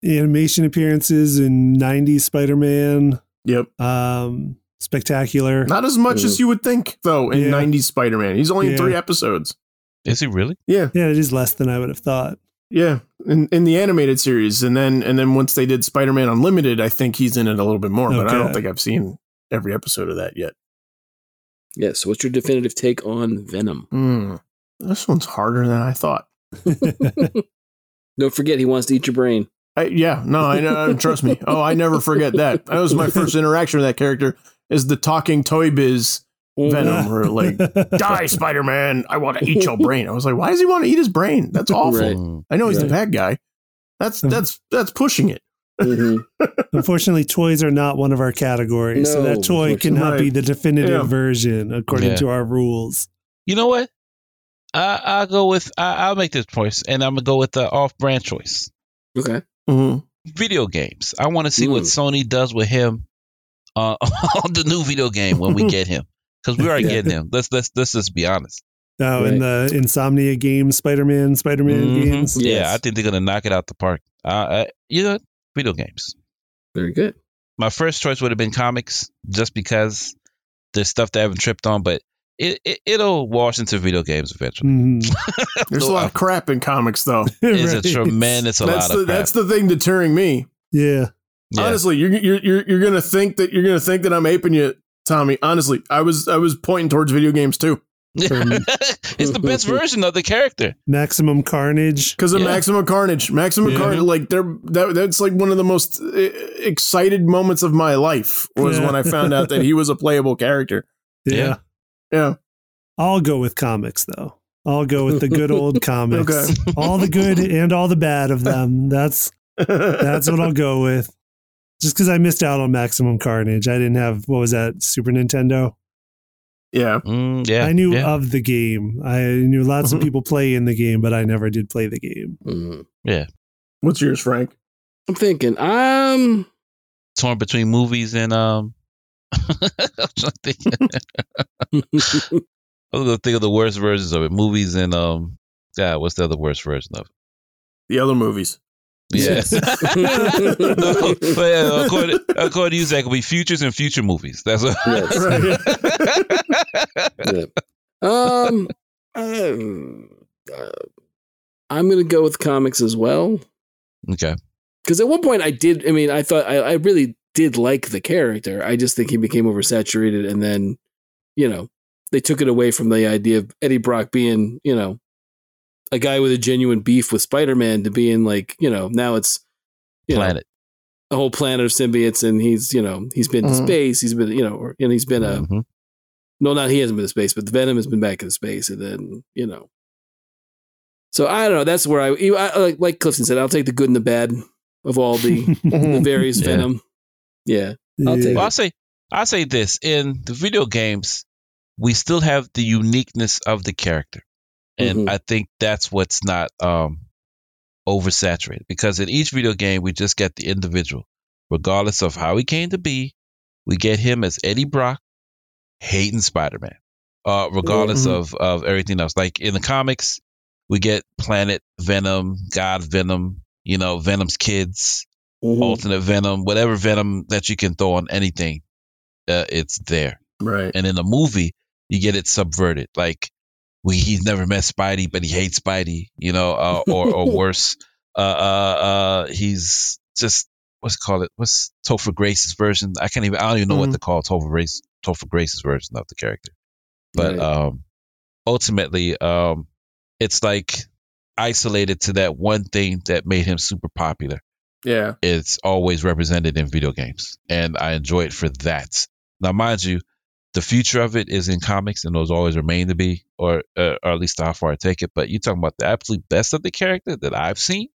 Speaker 4: Animation appearances in '90s Spider-Man,
Speaker 1: yep.
Speaker 4: um, spectacular.
Speaker 1: Not as much as you would think, though, in
Speaker 4: Yeah.
Speaker 1: 90s Spider Man. He's only in
Speaker 4: Yeah.
Speaker 1: three episodes.
Speaker 3: Is he really?
Speaker 1: Yeah.
Speaker 4: yeah, it is less than I would have thought.
Speaker 1: Yeah, in in the animated series, and then and then once they did Spider Man Unlimited, I think he's in it a little bit more, but I don't
Speaker 4: Okay.
Speaker 1: think I've seen every episode of that yet.
Speaker 2: Yeah, so what's your definitive take on Venom?
Speaker 1: Hmm. This one's harder than I thought.
Speaker 4: [laughs]
Speaker 2: Don't forget, he wants to eat your brain.
Speaker 1: I, yeah, no, I know. Trust me. Oh, I never forget that. That was my first interaction with that character. Is the talking toy biz Venom or like die Spider Man? I want to eat your brain. I was like, why does he want to eat his brain? That's awful.
Speaker 2: Right.
Speaker 1: I know he's the
Speaker 2: Right.
Speaker 1: bad guy. That's that's that's pushing it.
Speaker 2: Mhm.
Speaker 4: Unfortunately, toys are not one of our categories, so
Speaker 2: No,
Speaker 4: that toy cannot be
Speaker 1: unfortunately.
Speaker 4: the
Speaker 1: Yeah.
Speaker 4: definitive version according
Speaker 3: Yeah.
Speaker 4: to our rules.
Speaker 3: You know what? I I'll go with I, I'll make this choice, and I'm gonna go with the off-brand choice.
Speaker 2: Okay.
Speaker 1: Mm-hmm.
Speaker 3: Video games. I want to see what
Speaker 4: Mm.
Speaker 2: Ooh.
Speaker 3: Sony does with him uh, [laughs] on the new video game when
Speaker 4: [laughs]
Speaker 3: we get him, because we're already
Speaker 2: Yeah.
Speaker 3: getting him. Let's let's let's just be honest.
Speaker 4: Now, in the Insomnia games, Spider-Man, Spider-Man
Speaker 3: Mhm.
Speaker 4: games,
Speaker 3: Yeah,
Speaker 4: [laughs]
Speaker 2: Mm-hmm. Yes.
Speaker 3: I think they're gonna knock it out the park. Uh, uh, you know, video games.
Speaker 2: Very good.
Speaker 3: my first choice would have been comics just because there's stuff that I haven't tripped on, but it, it it'll wash into video games eventually.
Speaker 4: Mhm.
Speaker 3: [laughs]
Speaker 1: There's a lot of crap in comics, though.
Speaker 3: It's
Speaker 4: [laughs] Right.
Speaker 3: a tremendous a
Speaker 1: that's
Speaker 3: lot
Speaker 1: the
Speaker 3: of crap.
Speaker 1: that's the thing deterring me.
Speaker 4: Yeah,
Speaker 3: Yeah. [laughs]
Speaker 1: Honestly, you're, you're you're you're gonna think that you're gonna think that I'm aping you, Tommy. Honestly, I was I was pointing towards video games too
Speaker 3: it's the best version of the character.
Speaker 4: Maximum Carnage.
Speaker 1: because of
Speaker 3: Yeah.
Speaker 1: Maximum Carnage. Maximum
Speaker 3: Yeah.
Speaker 1: Carnage, like they're, that that's like one of the most uh, excited moments of my life was
Speaker 4: Yeah.
Speaker 1: when I found out that he was a playable character.
Speaker 4: [laughs] Yeah.
Speaker 3: Yeah.
Speaker 1: Yeah.
Speaker 4: I'll go with comics though. I'll go with the good old comics.
Speaker 1: Okay.
Speaker 4: [laughs] All the good and all the bad of them. That's that's what I'll go with. Just because I missed out on Maximum Carnage. I didn't have what was that Super Nintendo.
Speaker 1: [laughs] yeah.
Speaker 3: [laughs] Mm, yeah.
Speaker 4: I knew uh,
Speaker 3: yeah.
Speaker 4: of the game. I knew lots of
Speaker 1: Mhm.
Speaker 4: people play in the game, but I never did play the game.
Speaker 2: Mhm.
Speaker 1: What's yours, Frank?
Speaker 2: I'm thinking. Um.
Speaker 3: torn between movies and um [laughs] I was trying to think [laughs] I was gonna think of the worst versions of it. Movies and um God, what's the other worst version of it?
Speaker 1: The other
Speaker 4: [laughs]
Speaker 1: movies.
Speaker 3: Yeah. [laughs] no, but uh, according, according to you, Zach, it'll be futures and future movies. That's what
Speaker 2: Yes. [laughs] um. um, uh, I'm gonna go with comics as well.
Speaker 3: [laughs] okay.
Speaker 2: because at one point I did. I mean, I thought I, I really did like the character. I just think he became oversaturated, and then you know they took it away from the idea of Eddie Brock being you know a guy with a genuine beef with Spider Man to being like you know now it's you know,
Speaker 3: Planet.
Speaker 2: a whole planet of symbiotes, and he's you know he's been to
Speaker 1: Mhm.
Speaker 2: space, he's been you know, or, and he's been a
Speaker 3: Mhm.
Speaker 2: no, not he hasn't been to space, but the Venom has been back in space, and then you know. So I don't know. That's where I, I I- like, like Clifton said. I'll take the good and the bad of all the the various
Speaker 3: Yeah.
Speaker 2: Venom. Yeah. I'll take
Speaker 3: Well,
Speaker 2: it.
Speaker 3: I say I say this in the video games, we still have the uniqueness of the character,
Speaker 2: Mhm.
Speaker 3: and I think that's what's not um, oversaturated because in each video game we just get the individual, regardless of how he came to be. We get him as Eddie Brock, hating Spider Man, uh, regardless
Speaker 1: Mhm.
Speaker 3: of of everything else. Like in the comics, we get Planet Venom, God Venom, you know Venom's kids alternate venom, whatever venom that you can throw on anything, uh, it's there.
Speaker 1: right.
Speaker 3: And in the movie, you get it subverted. Like we, he's never met Spidey, but he hates Spidey, you know, uh, or or worse, uh, uh, uh, he's just what's it called it? What's Topher Grace's version? I can't even. I don't even know what
Speaker 1: Mhm.
Speaker 3: to call Topher Grace Topher Grace's version of the character. But
Speaker 2: Right.
Speaker 3: um, ultimately, um, it's like isolated to that one thing that made him super popular
Speaker 1: Yeah.
Speaker 3: it's always represented in video games, and I enjoy it for that. Now, mind you, the future of it is in comics, and those always remain to be, or uh, or at least how far I take it. But you're talking about the absolute best of the character that I've seen,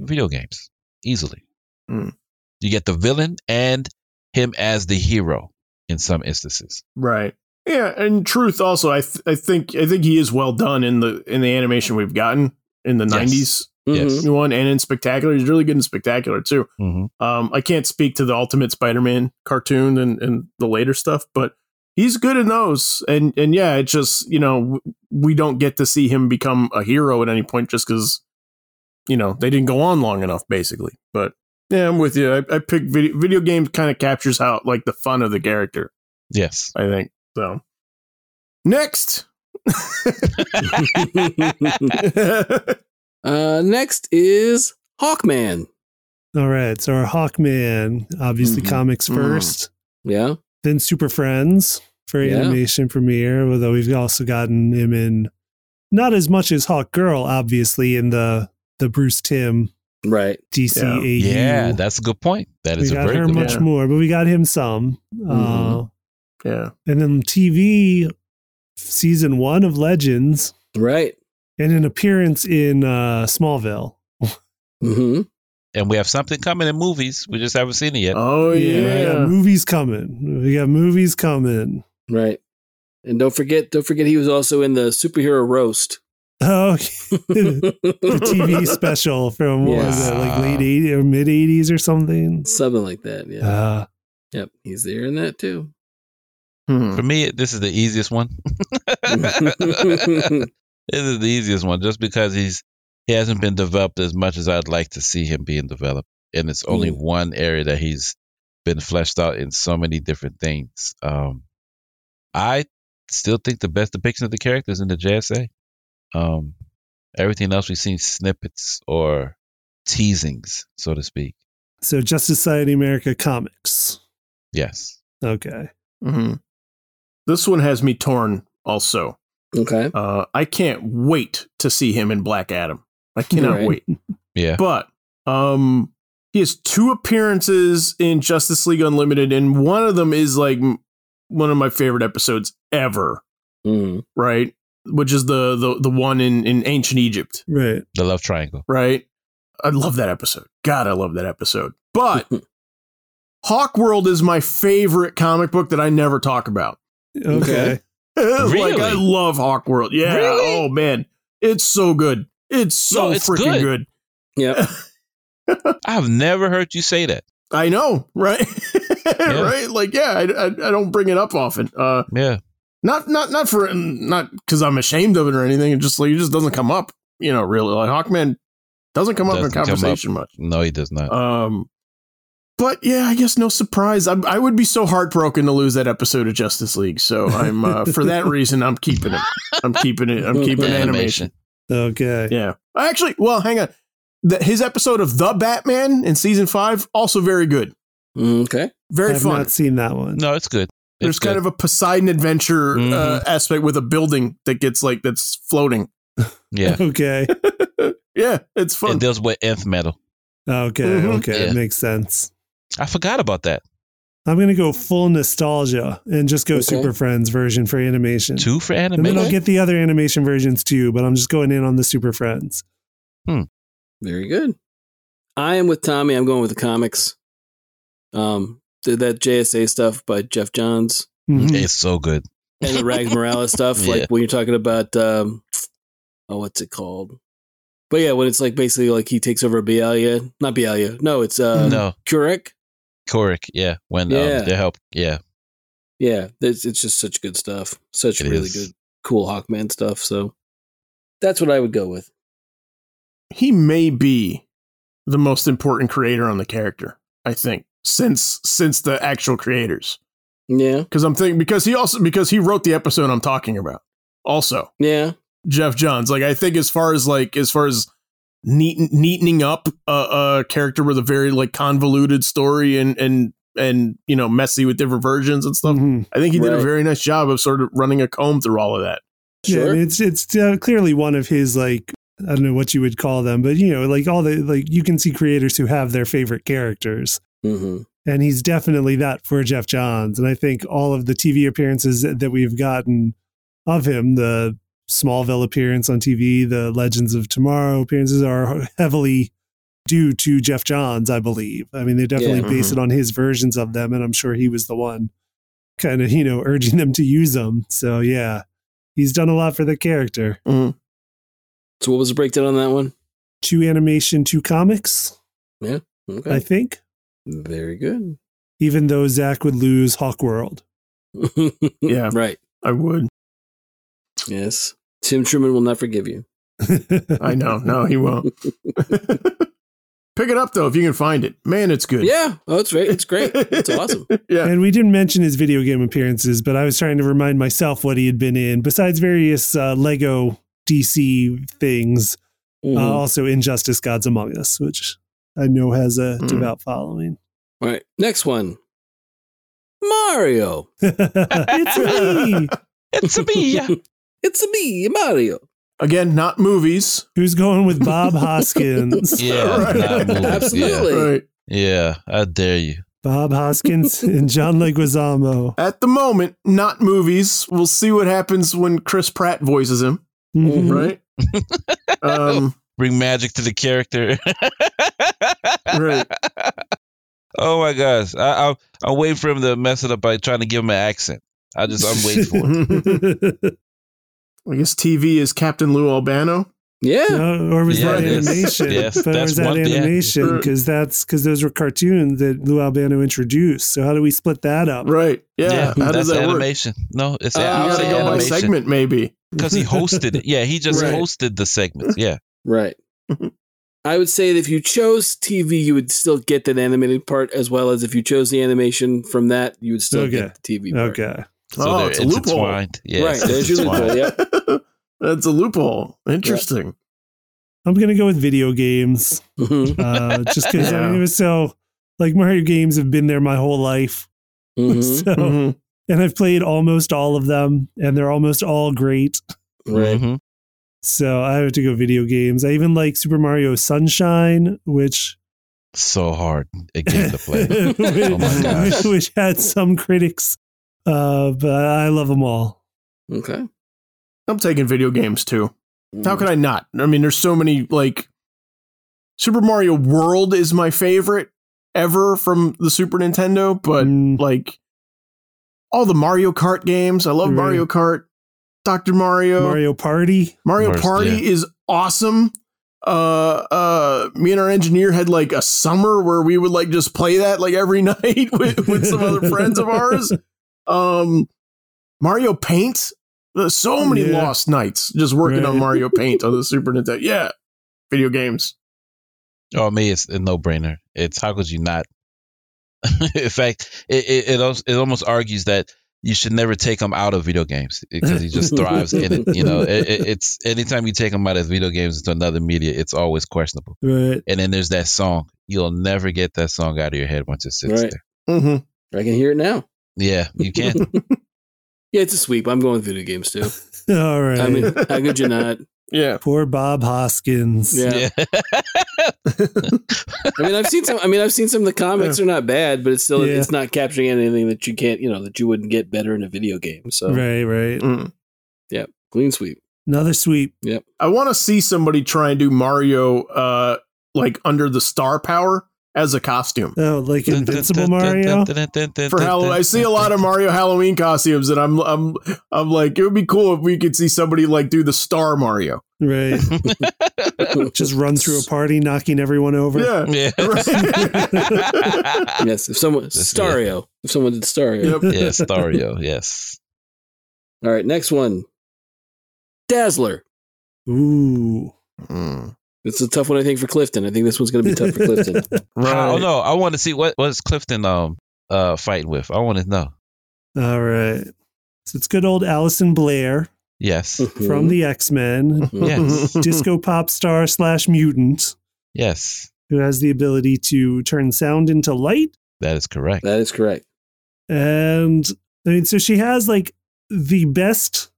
Speaker 3: video games, easily.
Speaker 1: Mm.
Speaker 3: You get the villain and him as the hero in some instances.
Speaker 1: Right. Yeah, and truth also I th- I think I think he is well done in the in the animation we've gotten in the
Speaker 3: Yes.
Speaker 1: 90s
Speaker 3: Yes.
Speaker 1: one and in spectacular. He's really good in spectacular too.
Speaker 3: Mm-hmm.
Speaker 1: Um I can't speak to the Ultimate Spider-Man cartoon and and the later stuff, but he's good in those. And and yeah, it just, you know, w- we don't get to see him become a hero at any point just cuz you know, they didn't go on long enough basically. But yeah, I'm with you. I, I pick video, video games kind of captures how like the fun of the character.
Speaker 3: Yes.
Speaker 1: I think so. [laughs] Next,
Speaker 2: Mhm.
Speaker 1: I
Speaker 2: [laughs] Uh, next is Hawkman.
Speaker 4: All right. So our Hawkman, obviously
Speaker 3: Mhm.
Speaker 4: comics
Speaker 1: Mhm.
Speaker 4: 1st
Speaker 2: Yeah.
Speaker 4: then Super Friends for
Speaker 2: Yeah.
Speaker 4: animation premiere, although we've also gotten him in not as much as Hawk Girl, obviously, in the the Bruce Tim
Speaker 2: Right.
Speaker 4: DCAU.
Speaker 3: Yeah, that's a good point. That
Speaker 4: we
Speaker 3: is a Mm-hmm.
Speaker 4: got
Speaker 3: very
Speaker 4: her
Speaker 3: good
Speaker 4: much
Speaker 3: point.
Speaker 4: more, but we got him some. Uh,
Speaker 1: Yeah.
Speaker 4: and then TV season one of Legends
Speaker 2: Right.
Speaker 4: and an appearance in uh, Smallville.
Speaker 2: hmm
Speaker 3: And we have something coming in movies. We just haven't seen it yet.
Speaker 1: Oh yeah.
Speaker 4: we got movies coming. We got movies coming. [laughs]
Speaker 2: Right. And don't forget, don't forget, he was also in the superhero roast. [laughs]
Speaker 4: Oh, the
Speaker 1: [laughs]
Speaker 4: TV special from what was it, like
Speaker 3: Wow.
Speaker 4: late 80s or mid 80s or something?
Speaker 2: Something like that. Yeah.
Speaker 4: Uh,
Speaker 2: yep. He's there in that too. [laughs]
Speaker 1: Hmm.
Speaker 3: For me, this is the easiest one. this is the easiest one, just because he's he hasn't been developed as much as I'd like to see him being developed, and it's only
Speaker 2: Mm.
Speaker 3: one area that he's been fleshed out in so many different things. Um, I still think the best depiction of the character is in the JSA. Um, everything else we've seen snippets or teasings, so to speak.
Speaker 4: so, Justice Society America Comics.
Speaker 3: Yes.
Speaker 4: Okay.
Speaker 1: Mhm. This one has me torn. Also,
Speaker 2: okay.
Speaker 1: uh, I can't wait to see him in Black Adam. I cannot
Speaker 2: Right.
Speaker 1: wait.
Speaker 3: Yeah.
Speaker 1: But um, he has two appearances in Justice League Unlimited, and one of them is like m- one of my favorite episodes ever.
Speaker 2: Mm.
Speaker 1: Right, which is the the the one in in ancient Egypt.
Speaker 4: Right.
Speaker 3: The love triangle.
Speaker 1: right? I love that episode. God, I love that episode.
Speaker 3: [laughs]
Speaker 1: But Hawkworld is my favorite comic book that I never talk about. Oh,
Speaker 4: Okay.
Speaker 1: like
Speaker 3: Really?
Speaker 1: I love Hawkworld. Yeah.
Speaker 3: Really?
Speaker 1: Oh man, it's so good. It's so
Speaker 3: No, it's
Speaker 1: freaking good.
Speaker 3: good.
Speaker 2: Yep.
Speaker 3: I've never heard you say that.
Speaker 1: I know, right? [laughs] Right? Like, yeah, I, I, I don't bring it up often. Uh,
Speaker 3: Yeah.
Speaker 1: not not not for not because I'm ashamed of it or anything. It just like it just doesn't come up. You know, really. Like Hawkman doesn't come up
Speaker 3: Doesn't
Speaker 1: in
Speaker 3: come up.
Speaker 1: conversation much.
Speaker 3: No, he does not.
Speaker 1: Um, but yeah, I guess no surprise. I, I would be so heartbroken to lose that episode of Justice League. So I'm uh, for
Speaker 4: [laughs]
Speaker 1: that reason, I'm keeping it. I'm keeping it. I'm keeping animation.
Speaker 3: Animation.
Speaker 4: Okay.
Speaker 1: Yeah, actually, well, hang on. The, his episode of the Batman in season five also very good,
Speaker 2: Mm, Okay.
Speaker 1: very
Speaker 4: I've
Speaker 1: fun.
Speaker 4: not seen that one.
Speaker 3: No, it's good. It's
Speaker 1: There's
Speaker 3: good.
Speaker 1: kind of a Poseidon adventure uh,
Speaker 3: Mhm.
Speaker 1: aspect with a building that gets like that's floating.
Speaker 3: yeah.
Speaker 4: [laughs] Okay.
Speaker 1: Yeah, it's fun.
Speaker 3: It deals with nth metal.
Speaker 4: Okay.
Speaker 1: Mhm.
Speaker 4: Okay.
Speaker 3: Yeah.
Speaker 4: Makes sense.
Speaker 3: I forgot about that.
Speaker 4: I'm going to go full nostalgia and just go
Speaker 2: Okay.
Speaker 4: Super Friends version for animation.
Speaker 3: Two for
Speaker 4: And then
Speaker 3: animation.
Speaker 4: I'll get the other animation versions too, but I'm just going in on the Super Friends.
Speaker 2: Very good. I am with Tommy. I'm going with the comics. Um, did that JSA stuff by Jeff Johns
Speaker 4: Mhm.
Speaker 3: Mm-hmm. It's so good.
Speaker 2: and the Rags
Speaker 3: [laughs]
Speaker 2: Morales stuff.
Speaker 3: Yeah.
Speaker 2: Like when you're talking about, um, oh, what's it called? But yeah, when it's like basically like he takes over Bialia, not Bialia. No, it's
Speaker 1: Um,
Speaker 2: uh,
Speaker 3: no,
Speaker 2: Kurek.
Speaker 3: Korik. Yeah, when
Speaker 2: Yeah.
Speaker 3: Um, they help. Yeah,
Speaker 2: Yeah, it's, it's just such good stuff. Such
Speaker 3: It
Speaker 2: really
Speaker 3: is.
Speaker 2: good, cool Hawkman stuff. So that's what I would go with.
Speaker 1: he may be the most important creator on the character. I think since since the actual creators.
Speaker 2: Yeah,
Speaker 1: because I'm thinking because he also because he wrote the episode I'm talking about. Also,
Speaker 2: yeah,
Speaker 1: Jeff Johns. Like I think as far as like as far as neat, neatening up a, a character with a very like convoluted story and and and you know messy with different versions and stuff.
Speaker 4: Mhm.
Speaker 1: I think he did a
Speaker 2: Mm-hmm. Right.
Speaker 1: very nice job of sort of running a comb through all of that.
Speaker 4: Yeah,
Speaker 2: sure.
Speaker 4: and it's it's uh, clearly one of his like I don't know what you would call them, but you know, like all the like you can see creators who have their favorite characters,
Speaker 2: hmm
Speaker 4: and he's definitely that for Jeff Johns. And I think all of the TV appearances that that we've gotten of him, the Smallville appearance on TV, the Legends of Tomorrow appearances are heavily due to Jeff Johns, I believe. I mean, they definitely
Speaker 1: Yeah.
Speaker 4: base it on his versions of them, and I'm sure he was the one kind of you know urging them to use them. So yeah, he's done a lot for the character.
Speaker 2: So what was the breakdown on that one?
Speaker 4: two animation, two comics,
Speaker 2: Okay,
Speaker 4: I think.
Speaker 2: very good.
Speaker 4: Even though Zach would lose Hawk [laughs] World.
Speaker 2: Mm-hmm.
Speaker 1: Yeah.
Speaker 2: right.
Speaker 1: I would.
Speaker 2: Yes, Tim Truman will not forgive you.
Speaker 1: I know. No, he won't.
Speaker 2: [laughs]
Speaker 1: [laughs] Pick it up though if you can find it. Man, it's good.
Speaker 2: Yeah, oh, it's great. It's great. It's awesome.
Speaker 1: [laughs] yeah.
Speaker 4: [laughs] And we didn't mention his video game appearances, but I was trying to remind myself what he had been in, besides various uh, Lego DC things.
Speaker 3: Mm-hmm.
Speaker 2: Mhm.
Speaker 4: Uh, also, Injustice Gods Among Us, which I know has a
Speaker 1: Mm.
Speaker 4: devout following. [laughs]
Speaker 2: All right, next one. Mario.
Speaker 3: [laughs]
Speaker 4: it's me.
Speaker 3: It's a me.
Speaker 2: [laughs]
Speaker 1: [laughs]
Speaker 2: it's a me, Mario.
Speaker 1: Again, not movies.
Speaker 4: Who's going
Speaker 3: [laughs]
Speaker 4: with Bob Hoskins?
Speaker 3: Yeah,
Speaker 1: Right.
Speaker 3: not movies,
Speaker 2: Absolutely.
Speaker 1: Right.
Speaker 3: Yeah, yeah, I dare you.
Speaker 4: Bob Hoskins and
Speaker 3: [laughs]
Speaker 4: John Leguizamo.
Speaker 1: At the moment, not movies. We'll see what happens when Chris Pratt voices him,
Speaker 3: Mm-hmm.
Speaker 4: Mhm.
Speaker 1: right?
Speaker 3: [laughs]
Speaker 1: um,
Speaker 3: Bring magic to the character.
Speaker 1: right.
Speaker 3: [laughs] Oh my gosh, I, I I wait for him to mess it up by trying to give him an accent. I just I'm waiting for it.
Speaker 4: [laughs]
Speaker 1: I guess TV is Captain Lou Albano.
Speaker 2: Yeah.
Speaker 4: No, or was
Speaker 3: Yeah,
Speaker 4: that
Speaker 3: it is.
Speaker 4: animation?
Speaker 3: Yes,
Speaker 4: but
Speaker 3: that's
Speaker 4: was that
Speaker 3: one- yeah.
Speaker 4: animation? Because that's because those were cartoons that Lou Albano introduced. So how do we split that up?
Speaker 1: Right. [laughs] Yeah. How
Speaker 3: that's
Speaker 1: does that work? Oh,
Speaker 3: animation. No, it's
Speaker 2: Uh,
Speaker 3: yeah,
Speaker 1: You
Speaker 3: I'll
Speaker 1: gotta
Speaker 3: say
Speaker 1: go by
Speaker 3: animation
Speaker 1: segment, maybe.
Speaker 3: because he hosted it. Yeah,
Speaker 1: [laughs]
Speaker 3: he just
Speaker 2: Right.
Speaker 3: hosted the segment. Yeah,
Speaker 2: Right. I would say that if you chose TV, you would still get that animated part, as well as if you chose the animation from that, you would still
Speaker 4: Okay.
Speaker 2: get the TV part. [laughs]
Speaker 4: Okay.
Speaker 3: so
Speaker 1: Oh,
Speaker 3: they're
Speaker 1: it's a loophole.
Speaker 3: intertwined. Yeah,
Speaker 2: Right, there's your loophole.
Speaker 3: intertwined.
Speaker 2: Yep.
Speaker 1: [laughs] That's a loophole. Interesting.
Speaker 4: I'm gonna go with video games.
Speaker 2: Mhm.
Speaker 3: [laughs]
Speaker 4: Uh, just because I mean,
Speaker 1: Yeah.
Speaker 4: it was so like Mario games have been there my whole life. [laughs]
Speaker 3: Mm-hmm,
Speaker 2: Mhm.
Speaker 3: [laughs]
Speaker 4: So
Speaker 1: Mhm.
Speaker 4: and I've played almost all of them, and they're almost all great.
Speaker 2: Right.
Speaker 3: Mhm.
Speaker 4: So I have to go video games. I even like Super Mario Sunshine, which
Speaker 3: So hard a game to
Speaker 4: [laughs]
Speaker 3: play. Oh
Speaker 2: my
Speaker 3: gosh.
Speaker 4: which had some critics, uh, but I love them all.
Speaker 2: Okay. Mm-hmm.
Speaker 1: I'm taking video games too. How could I not? I mean, there's so many like Super Mario World is my favorite ever from the Super Nintendo, but
Speaker 4: Mm,
Speaker 1: like all the Mario Kart games. I love
Speaker 4: Right.
Speaker 1: Mario Kart. Dr. Mario. Mario,
Speaker 4: Mario Party.
Speaker 3: Mars,
Speaker 1: Party
Speaker 3: yeah.
Speaker 1: is awesome. Uh uh me and our engineer had like a summer where we would like just play that like every [laughs] night with, with some other friends of ours. Um Mario Paint. There's so many
Speaker 4: Yeah.
Speaker 1: lost nights just working on
Speaker 4: Right.
Speaker 1: Mario Paint on the Super Nintendo. Yeah. Video games.
Speaker 3: Oh, me, it's a no brainer. It's how could you not? In fact, it it it, als- it almost argues that you should never take him out of video games because he just thrives in it. You know, it, it, it's anytime you take him out of video games into another media, it's always questionable.
Speaker 4: Right. [laughs]
Speaker 3: And then there's that song. You'll never get that song out of your head once it sits
Speaker 2: Right.
Speaker 3: there.
Speaker 1: Mm-hmm.
Speaker 2: I can hear it now.
Speaker 3: Yeah, you can.
Speaker 2: Yeah, it's a sweep. I'm going with video games too.
Speaker 4: All [laughs] right.
Speaker 2: I mean, how could you not?
Speaker 1: Yeah.
Speaker 4: Poor Bob Hoskins.
Speaker 2: Yeah.
Speaker 3: yeah.
Speaker 2: I mean, I've seen some. I mean, I've seen some of the comics are not bad, but it's still
Speaker 4: Yeah.
Speaker 2: it's not capturing anything that you can't, you know, that you wouldn't get better in a video game. So
Speaker 4: Right, right.
Speaker 1: Mm.
Speaker 2: clean sweep.
Speaker 4: Another sweep.
Speaker 1: I want to see somebody try and do Mario uh like under the star power as a costume.
Speaker 4: Oh, like Invincible Mario. [laughs]
Speaker 1: for Halloween. I see a lot of Mario Halloween costumes, and I'm I'm I'm like, it would be cool if we could see somebody like do the Star Mario.
Speaker 4: Right.
Speaker 2: [laughs]
Speaker 4: [laughs] Just runs through a party, knocking everyone over.
Speaker 1: Yeah.
Speaker 3: Yeah. [laughs]
Speaker 4: [laughs]
Speaker 1: Right. [laughs]
Speaker 2: yes, if someone
Speaker 3: That's good.
Speaker 2: Stario, if someone did Stario.
Speaker 1: Yep.
Speaker 3: yes, Dario. Yes.
Speaker 2: All right, next one. Dazzler.
Speaker 4: Ooh.
Speaker 2: It's a tough one, I think, for Clifton. I think this one's going to be tough for Clifton.
Speaker 3: I
Speaker 2: Oh,
Speaker 1: Right.
Speaker 3: don't know. Oh, I want to see what what's Clifton um uh fighting with. I want to know.
Speaker 4: All right. So it's good old Allison Blair
Speaker 2: Hmm.
Speaker 3: Yes.
Speaker 4: [laughs] from the X Men, [laughs]
Speaker 3: Yes.
Speaker 4: disco pop star slash mutant,
Speaker 3: yes.
Speaker 4: who has the ability to turn sound into light
Speaker 3: That is
Speaker 2: [laughs]
Speaker 3: correct.
Speaker 2: That is correct.
Speaker 4: And I mean, so she has like the best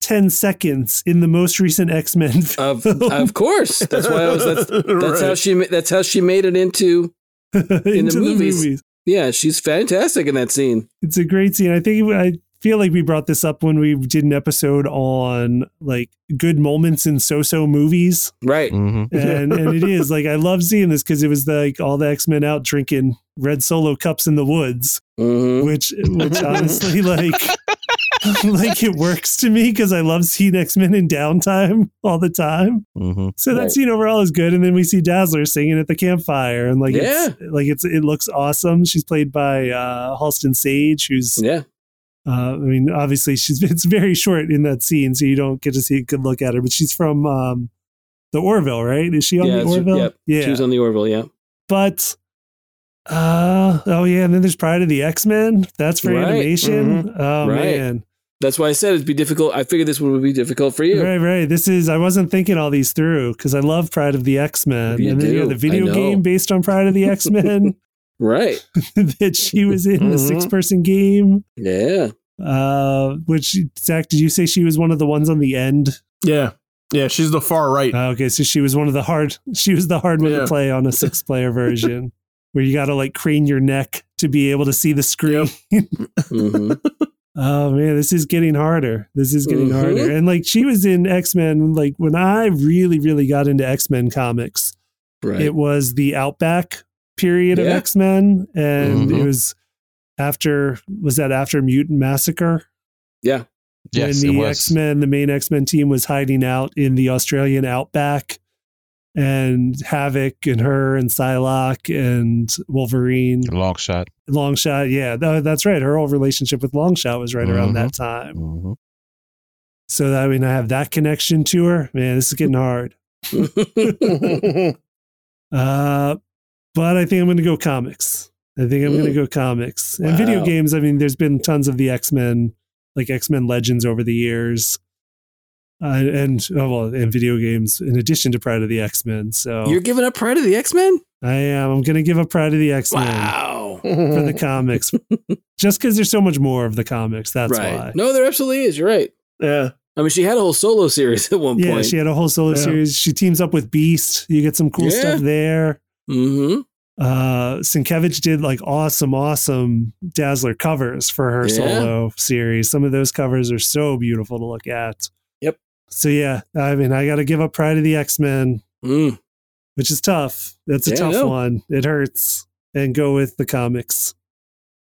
Speaker 4: 10 seconds in the most recent X Men film.
Speaker 2: Of
Speaker 4: [laughs]
Speaker 2: of course. [laughs] That's why I was.
Speaker 1: [laughs]
Speaker 2: That's, that's how she. ma- That's how she made it into.
Speaker 4: [laughs] into
Speaker 2: movies. Yeah, she's fantastic in that scene.
Speaker 4: It's a great scene. I think I feel like we brought this up when we did an episode on like good moments in so
Speaker 2: [laughs]
Speaker 4: so movies.
Speaker 2: Right.
Speaker 3: hmm
Speaker 4: And, and it is like, I love seeing this because it was like all the X Men out drinking red solo cups in the woods.
Speaker 2: hmm
Speaker 4: which which honestly like [laughs] like it works to me because I love seeing X Men in downtime all the time.
Speaker 3: hmm
Speaker 4: So that
Speaker 2: Right.
Speaker 4: scene overall is good, and then we see Dazzler singing at the campfire, and like it's, like it's it looks awesome. She's played by uh, Halston Sage, who's
Speaker 2: Mm-hmm. Yeah.
Speaker 4: uh, I mean obviously she's [laughs] it's very short in that scene, so you don't get to see a good look at her, but she's from um, the Orville, right? Is she on
Speaker 2: Yeah,
Speaker 4: the
Speaker 2: it's-
Speaker 4: Orville?
Speaker 2: yep.
Speaker 4: Yeah,
Speaker 2: She was on the Orville. Yeah.
Speaker 4: but uh oh yeah and then there's pride of the x-men that's for
Speaker 2: Right. Mm-hmm.
Speaker 4: animation oh
Speaker 2: Right.
Speaker 4: man
Speaker 2: That's why I said it'd be difficult. I figured this would be difficult for you.
Speaker 4: Right, right. This is I wasn't thinking all these through because I love Pride of the X Men,
Speaker 2: You
Speaker 4: and then you
Speaker 2: do.
Speaker 4: have the video
Speaker 2: I know.
Speaker 4: game based on Pride of the
Speaker 2: [laughs]
Speaker 4: X Men
Speaker 2: Right.
Speaker 4: that she was in
Speaker 2: Mm-hmm.
Speaker 4: the
Speaker 1: Mhm.
Speaker 4: six person game.
Speaker 2: Yeah.
Speaker 4: Uh, which Zach, did you say she was one of the ones on the end?
Speaker 1: Yeah. Yeah, she's the far right.
Speaker 4: Uh, okay, so she was one of the hard. She was the hard one
Speaker 1: Yeah.
Speaker 4: to play on a six
Speaker 2: [laughs]
Speaker 4: player version where you got to like crane your neck to be able to see the screen.
Speaker 2: hmm
Speaker 4: [laughs] Oh man, this is getting harder. This is getting
Speaker 2: Mhm.
Speaker 4: harder. And like she was in X Men. Like when I really, really got into X Men comics,
Speaker 2: Right.
Speaker 4: it was the Outback period of
Speaker 2: Yeah.
Speaker 4: X Men, and it
Speaker 3: Mhm.
Speaker 4: was after was that after Mutant Massacre
Speaker 3: Yes,
Speaker 4: when
Speaker 3: it
Speaker 4: the
Speaker 3: was.
Speaker 4: X Men, the main X Men team, was hiding out in the Australian outback, and Havoc and her and Psylocke and Wolverine,
Speaker 3: Long shot.
Speaker 4: Longshot. Yeah, tha- that's right. Her whole relationship with Longshot was right around
Speaker 3: Mhm.
Speaker 4: that time.
Speaker 3: Mhm.
Speaker 4: So I mean, I have that connection to her. Man, this is getting hard. Uh, but I think I'm going to go comics. I think I'm going to go comics and video
Speaker 2: Wow.
Speaker 4: games. I mean, there's been tons of the X Men, like X Men Legends, over the years, uh, and oh, well, and video games in addition to Pride of the X Men. So
Speaker 2: [laughs] You're giving up Pride of the X Men?
Speaker 4: I am. I'm going to give up Pride of the X Men
Speaker 2: Wow.
Speaker 4: for the
Speaker 2: [laughs]
Speaker 4: comics, just because there's so much more of the comics. That's
Speaker 2: right.
Speaker 4: why.
Speaker 2: No, there absolutely is. You're right.
Speaker 1: [laughs] yeah.
Speaker 2: I mean, she had a whole solo series [laughs] at one
Speaker 4: yeah,
Speaker 2: point.
Speaker 4: she had a whole solo
Speaker 1: Yeah.
Speaker 4: series. She teams up with Beast. You get some cool
Speaker 2: Yeah.
Speaker 4: stuff there.
Speaker 2: hmm
Speaker 4: uh Sienkiewicz did like awesome, awesome Dazzler covers for her
Speaker 2: Yeah.
Speaker 4: solo series. Some of those covers are so beautiful to look at.
Speaker 2: Yep.
Speaker 4: So yeah, I mean, I got to give up Pride of the X Men,
Speaker 2: Mm.
Speaker 4: which is tough. That's a
Speaker 2: Yeah, I
Speaker 4: tough
Speaker 2: know.
Speaker 4: one. It hurts. And go with the comics.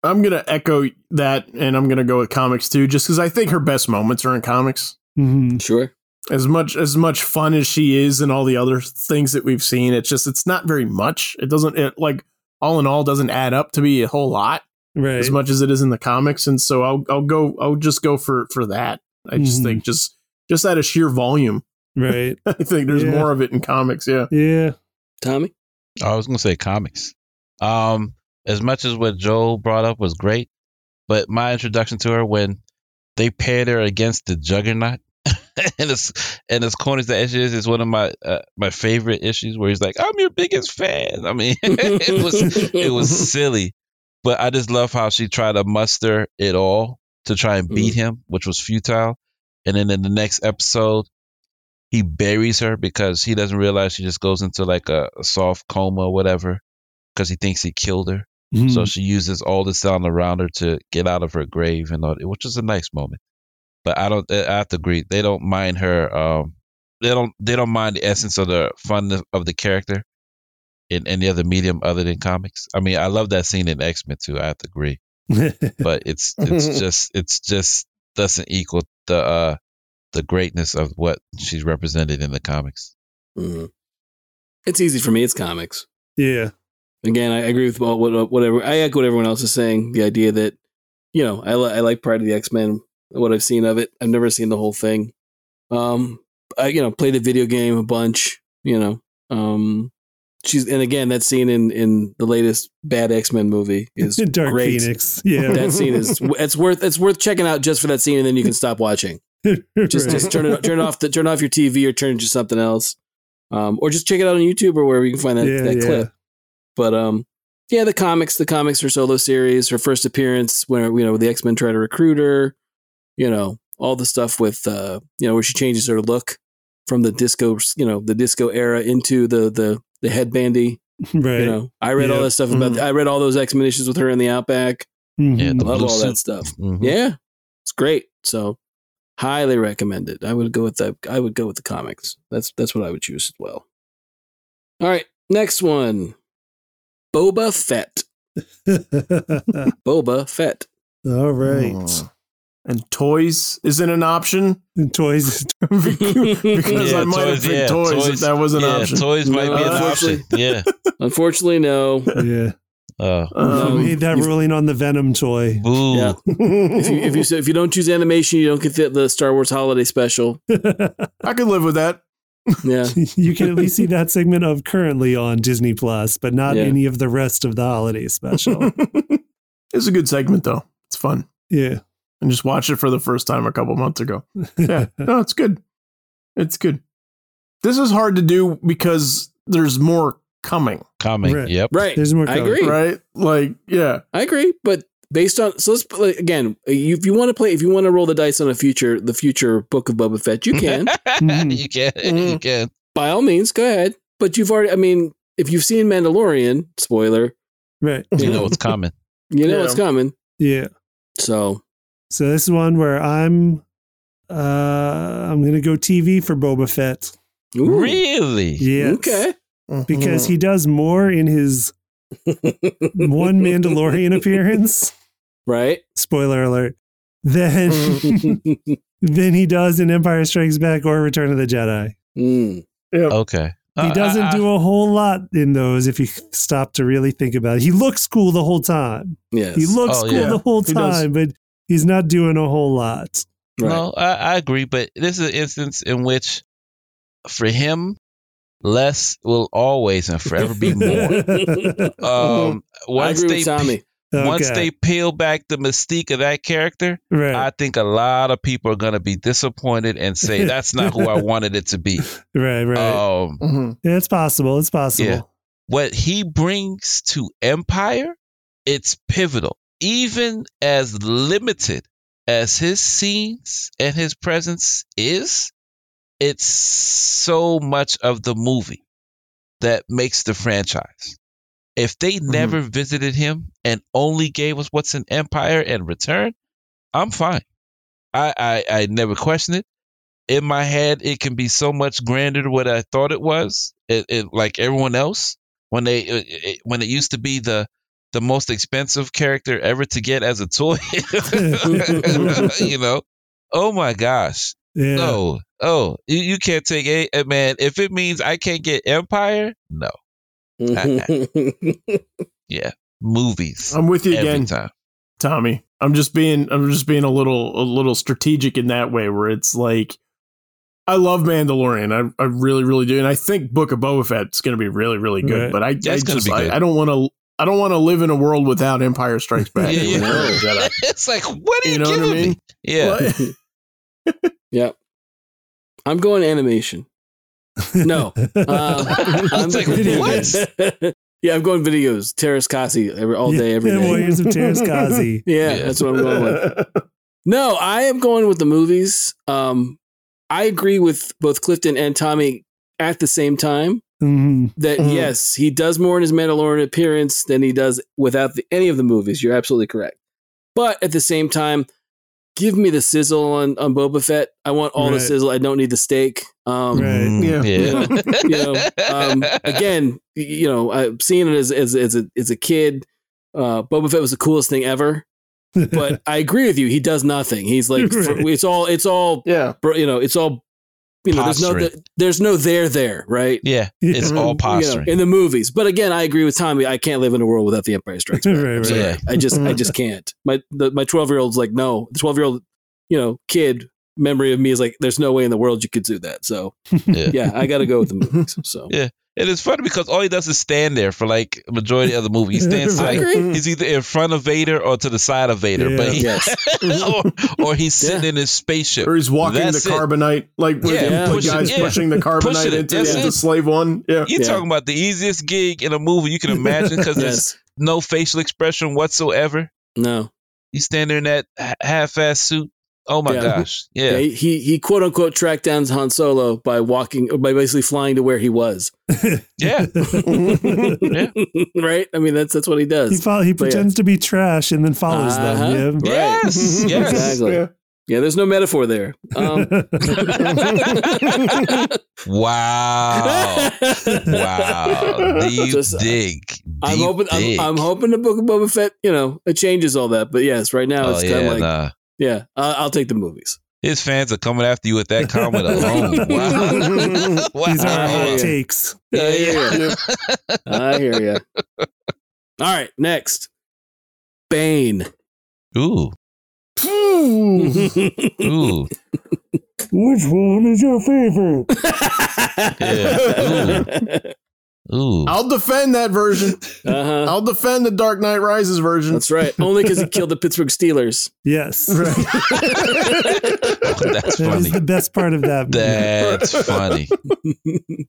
Speaker 1: I'm going to echo that and I'm going to go with comics too just cuz I think her best moments are in comics.
Speaker 4: Mhm.
Speaker 2: Sure.
Speaker 1: As much as much fun as she is and all the other things that we've seen, it's just it's not very much. It doesn't it like all in all doesn't add up to be a whole lot
Speaker 4: Right.
Speaker 1: as much as it is in the comics and so I'll I'll go I'll just go for for that. I just
Speaker 4: Mhm.
Speaker 1: think
Speaker 3: Mm-hmm.
Speaker 1: just just out of sheer volume. [laughs]
Speaker 4: right.
Speaker 1: I think there's
Speaker 4: Yeah.
Speaker 1: more of it in comics, yeah.
Speaker 4: Yeah.
Speaker 2: Tommy?
Speaker 3: I was gonna say comics. Um, as much as what Joel brought up was great, but my introduction to her when they paired her against the Juggernaut, [laughs] and as and as corny as that issue is, is one of my uh, my favorite issues where he's like, "I'm your biggest fan." I mean, [laughs] [laughs] it was it
Speaker 2: [laughs]
Speaker 3: was silly, but I just love how she tried to muster it all to try and beat him, which was futile. And then in the next episode, he buries her because he doesn't realize she just goes into like a, a soft coma or whatever because he thinks he killed her.
Speaker 4: Mm-hmm.
Speaker 3: So she uses all the sound around her to get out of her grave and all, which is a nice moment. But I don't. I have to agree. They don't mind her. Um, they don't. They don't mind the essence of the fun of- of the character in any other medium other than comics. I mean, I love that scene in X Men too. I have to agree.
Speaker 4: Mhm.
Speaker 3: But it's [laughs] it's just it's just doesn't equal the uh the greatness of what she's represented in the comics.
Speaker 2: Mhm. It's easy for me. It's comics.
Speaker 4: [laughs] yeah.
Speaker 2: again, I agree with all what uh, whatever I echo what everyone else is saying. The idea that you know I, li- I like Pride of the X Men. What I've seen of it, I've never seen the whole thing. Um, I you know played the video game a bunch. You know, um, she's and again that scene in in the latest bad X Men
Speaker 4: [laughs]
Speaker 2: movie is
Speaker 4: Dark
Speaker 2: great.
Speaker 4: Phoenix. Yeah.
Speaker 2: That scene is it's worth it's worth checking out just for that scene, and then you can stop watching.
Speaker 4: [laughs]
Speaker 2: Just
Speaker 4: Right.
Speaker 2: just turn it turn off the turn off your TV or turn it to something else, um, or just check it out on YouTube or wherever you can find that,
Speaker 4: Yeah,
Speaker 2: that
Speaker 4: yeah.
Speaker 2: clip. But um, yeah, the comics, the comics her solo series, her first appearance when you know the X Men try to recruit her, you know all the stuff with uh, you know where she changes her look from the disco, you know the disco era into the the the headbandy.
Speaker 4: Right.
Speaker 2: You know, I read all
Speaker 4: Yeah. Mm-hmm.
Speaker 2: that stuff about.
Speaker 1: Mhm.
Speaker 2: I read all those X Men issues with her in the Outback.
Speaker 3: Yeah,
Speaker 4: Mhm.
Speaker 3: the
Speaker 2: Love
Speaker 3: blue
Speaker 2: all that
Speaker 3: suit.
Speaker 2: stuff.
Speaker 4: Mm-hmm.
Speaker 3: Mhm.
Speaker 2: Yeah, it's great. So highly recommend it. I would go with the I would go with the comics. That's that's what I would choose as well. All right, next one. Boba Fett. Boba Fett.
Speaker 4: [laughs] all right.
Speaker 1: Mm. And toys isn't an
Speaker 3: [laughs]
Speaker 1: option [laughs]
Speaker 4: And toys. [laughs]
Speaker 1: because
Speaker 3: Yeah,
Speaker 1: I might have
Speaker 3: toys,
Speaker 1: picked
Speaker 3: yeah,
Speaker 1: toys, if
Speaker 3: toys-
Speaker 1: that was an
Speaker 3: yeah,
Speaker 1: option.
Speaker 3: toys might be an option. [laughs] Yeah.
Speaker 2: Unfortunately, no.
Speaker 4: Yeah.
Speaker 3: Uh,
Speaker 4: Who [laughs]
Speaker 2: Um,
Speaker 4: made that
Speaker 2: you've-
Speaker 4: ruling on the Venom toy.
Speaker 3: boo.
Speaker 2: Yeah. If you if
Speaker 4: [laughs]
Speaker 2: you say- if you don't choose animation, you don't get the, the Star Wars Holiday Special.
Speaker 1: I could live with that.
Speaker 2: Yeah,
Speaker 4: [laughs] you can at least see that segment of currently on Disney Plus, but not
Speaker 2: Yeah.
Speaker 4: any
Speaker 1: [laughs]
Speaker 2: [laughs]
Speaker 4: of the rest of the holiday special.
Speaker 1: it's a good segment though. It's fun.
Speaker 4: yeah.
Speaker 1: and just watched it for the first time a couple months ago. Yeah, no, it's good. It's good. This is hard to do because there's more coming,
Speaker 3: Coming.
Speaker 4: Right.
Speaker 3: Yep.
Speaker 2: Right.
Speaker 4: There's more
Speaker 2: I
Speaker 4: coming.
Speaker 2: agree.
Speaker 1: right? Like, yeah,
Speaker 2: I agree, but based on so let's like, again, you, if you want to play, if you want to roll the dice on a future, the future book of Boba Fett,
Speaker 4: [laughs]
Speaker 2: you can
Speaker 3: [laughs]
Speaker 4: Mhm.
Speaker 3: you can. You
Speaker 1: Mhm.
Speaker 3: can.
Speaker 2: by all means go ahead. But you've already, I mean, if you've seen Mandalorian, spoiler,
Speaker 4: [laughs] Right.
Speaker 3: You know what's coming.
Speaker 2: you know
Speaker 1: Yeah.
Speaker 2: what's coming.
Speaker 4: Yeah.
Speaker 2: So
Speaker 4: So this is one where I'm uh I'm gonna go TV for Boba Fett.
Speaker 2: ooh,
Speaker 3: Really?
Speaker 4: Yes.
Speaker 2: okay,
Speaker 1: Mm-hmm.
Speaker 2: Uh-huh.
Speaker 4: Because he does more in his
Speaker 2: [laughs]
Speaker 4: one Mandalorian appearance.
Speaker 2: right?
Speaker 4: Spoiler alert.
Speaker 2: [laughs]
Speaker 4: Than [laughs]
Speaker 2: Mm.
Speaker 4: than he does in Empire Strikes Back or Return of the Jedi.
Speaker 3: Okay.
Speaker 4: He doesn't do a whole lot in those if you stop to really think about it. He looks cool the whole time.
Speaker 2: Yes,
Speaker 4: He looks
Speaker 3: Oh,
Speaker 4: cool
Speaker 1: yeah.
Speaker 4: the whole
Speaker 1: He does.
Speaker 4: time, but he's not doing a whole lot.
Speaker 2: right.
Speaker 3: No, I, I agree, but this is an instance in which, for him, less will always and forever be
Speaker 4: [laughs]
Speaker 3: more. um,
Speaker 2: I
Speaker 3: once
Speaker 2: agree
Speaker 3: they
Speaker 2: with Tommy.
Speaker 3: once
Speaker 4: Okay.
Speaker 3: they peel back the mystique of that character,
Speaker 4: right.
Speaker 3: I think a lot of people are going to be disappointed and say that's not who I wanted it to be.
Speaker 4: Right, right.
Speaker 3: Um,
Speaker 1: Mhm.
Speaker 4: Yeah, it's possible. It's possible.
Speaker 3: Yeah. what he brings to Empire, it's pivotal. Even as limited as his scenes and his presence is, it's so much of the movie that makes the franchise. If they never visited him and only gave us what's in Empire and return, I'm fine. I, I, I never question it. In my head, it can be so much grander than what I thought it was. It, it like everyone else when they it, it, when it used to be the the most expensive character ever to get as a toy. [laughs] you know, oh my gosh,
Speaker 4: Yeah. [laughs]
Speaker 3: no, oh, you, you can't take a a- man if it means I can't get Empire. No, movies
Speaker 1: I'm with you
Speaker 3: every
Speaker 1: again, [laughs]
Speaker 3: time.
Speaker 1: Tommy. I'm just being I'm just being a little a little strategic in that way where it's like I love Mandalorian. I, I really, really do. And I think Book of Boba Fett's gonna be really, really good.
Speaker 4: Right.
Speaker 1: But I, I
Speaker 3: it's gonna
Speaker 1: just
Speaker 3: be good.
Speaker 1: I, I don't wanna I don't wanna live in a world without Empire Strikes Back.
Speaker 3: Yeah,
Speaker 1: and
Speaker 3: yeah. [laughs]
Speaker 1: Return of the Jedi.
Speaker 3: it's like what are you,
Speaker 1: You know what I
Speaker 3: giving
Speaker 1: mean?
Speaker 3: me? Yeah,
Speaker 2: [laughs]
Speaker 1: What?
Speaker 2: I'm going animation. No. Um,
Speaker 4: [laughs]
Speaker 2: I'm [laughs]
Speaker 3: It's like,
Speaker 2: video
Speaker 3: what?
Speaker 2: games. yeah, I'm going videos. Terrace Kasi every, all day, every
Speaker 4: Yeah,
Speaker 2: day.
Speaker 4: Warriors of Terrace
Speaker 2: [laughs]
Speaker 4: Kazi.
Speaker 2: Yeah,
Speaker 3: Yeah.
Speaker 2: that's what I'm going with. No, I am going with the movies. Um, I agree with both Clifton and Tommy at the same time
Speaker 4: Mhm.
Speaker 2: that
Speaker 1: Mhm.
Speaker 2: yes, he does more in his Mandalorian appearance than he does without the, any of the movies. You're absolutely correct. But at the same time, give me the sizzle on, on Boba Fett. I want all the
Speaker 4: Right.
Speaker 2: sizzle. I don't need the steak. Um,
Speaker 4: Right.
Speaker 3: Mm,
Speaker 1: Yeah.
Speaker 3: [laughs]
Speaker 2: you know, um, again, y- you know, I, seeing it as as as a as a kid, uh, Boba Fett was the coolest thing ever.
Speaker 4: [laughs]
Speaker 2: But I agree with you; he does nothing. He's like,
Speaker 4: Right.
Speaker 2: it's all, it's all,
Speaker 1: yeah.
Speaker 2: bro- you know, it's all, you know, there's no,
Speaker 3: Posturing.
Speaker 2: there's no there there, right?
Speaker 3: [laughs] yeah,
Speaker 2: [laughs]
Speaker 3: it's all
Speaker 2: You know,
Speaker 3: posturing.
Speaker 2: in the movies. But again, I agree with Tommy. I can't live in a world without the Empire Strikes Back.
Speaker 4: Right,
Speaker 2: I'm
Speaker 4: right.
Speaker 2: sorry. I just, I just can't. My the, my twelve year old's like, no, the twelve year old, you know, kid memory of me is like, there's no way in the world you could do that. So
Speaker 3: Yeah.
Speaker 2: yeah, I got to go with the
Speaker 4: [laughs]
Speaker 2: movies. So
Speaker 3: It is funny because all he does is stand there for like majority of the movie. He
Speaker 1: [laughs]
Speaker 3: stands
Speaker 2: I
Speaker 3: like
Speaker 2: agree.
Speaker 1: Mm.
Speaker 3: he's either in front of Vader or to the side of Vader, but he,
Speaker 2: Yes.
Speaker 3: [laughs] or, or he's sitting in his spaceship.
Speaker 1: Or he's walking
Speaker 3: That's
Speaker 1: the
Speaker 3: it.
Speaker 1: carbonite, like with
Speaker 3: Yeah,
Speaker 1: the
Speaker 2: push it,
Speaker 1: guys
Speaker 3: yeah.
Speaker 1: pushing the carbonite
Speaker 3: it,
Speaker 1: into
Speaker 3: that's
Speaker 1: the
Speaker 3: it.
Speaker 1: slave one. Yeah.
Speaker 3: You're
Speaker 2: Yeah.
Speaker 3: talking about the easiest gig in a movie you can imagine because there's
Speaker 2: yes.
Speaker 3: no facial expression whatsoever.
Speaker 2: No.
Speaker 3: You stand there in that h- half-ass suit. Oh my
Speaker 2: Yeah.
Speaker 3: gosh! Yeah,
Speaker 2: Yeah. he he quote unquote tracked down Han Solo by walking by basically flying to where he was. [laughs]
Speaker 3: yeah.
Speaker 1: [laughs]
Speaker 3: Yeah.
Speaker 2: right? I mean that's that's what he
Speaker 4: he
Speaker 2: does.
Speaker 4: fo- he
Speaker 2: But yeah.
Speaker 4: pretends to be trash and then follows them.
Speaker 2: Uh-huh.
Speaker 3: Yes,
Speaker 2: [laughs]
Speaker 3: yes.
Speaker 2: Exactly.
Speaker 1: Yeah.
Speaker 2: Yeah, there's no metaphor there.
Speaker 4: [laughs]
Speaker 2: Um
Speaker 3: Wow, wow. Deep
Speaker 2: Just-
Speaker 3: dig.
Speaker 2: [laughs] I'm
Speaker 3: Deep
Speaker 2: hoping I'm,
Speaker 3: dig.
Speaker 2: I'm hoping the book of Boba Fett, you know, it changes all that. But yes, right now
Speaker 3: Oh
Speaker 2: it's kind
Speaker 3: yeah,
Speaker 2: of like
Speaker 3: nah.
Speaker 2: yeah, I I'll take the movies.
Speaker 3: His fans are coming after you with
Speaker 2: [laughs]
Speaker 3: that comment alone. Wow. [laughs] wow.
Speaker 4: [laughs] These are our
Speaker 2: Yeah.
Speaker 4: hot takes.
Speaker 2: I
Speaker 3: Yeah,
Speaker 2: hear
Speaker 3: yeah.
Speaker 2: you. I hear you. All right, next. Bane.
Speaker 3: Ooh, ooh.
Speaker 4: Which one is your favorite?
Speaker 3: Yeah.
Speaker 2: [laughs]
Speaker 3: Ooh,
Speaker 1: I'll defend that version.
Speaker 2: [laughs] Uh-huh.
Speaker 1: I'll defend the Dark Knight Rises version.
Speaker 2: That's right. Only because he killed the Pittsburgh Steelers. [laughs]
Speaker 1: [laughs]
Speaker 2: [laughs]
Speaker 4: Yes. [laughs]
Speaker 3: that's
Speaker 4: That
Speaker 3: funny.
Speaker 4: is the best part of that. movie.
Speaker 3: That's funny.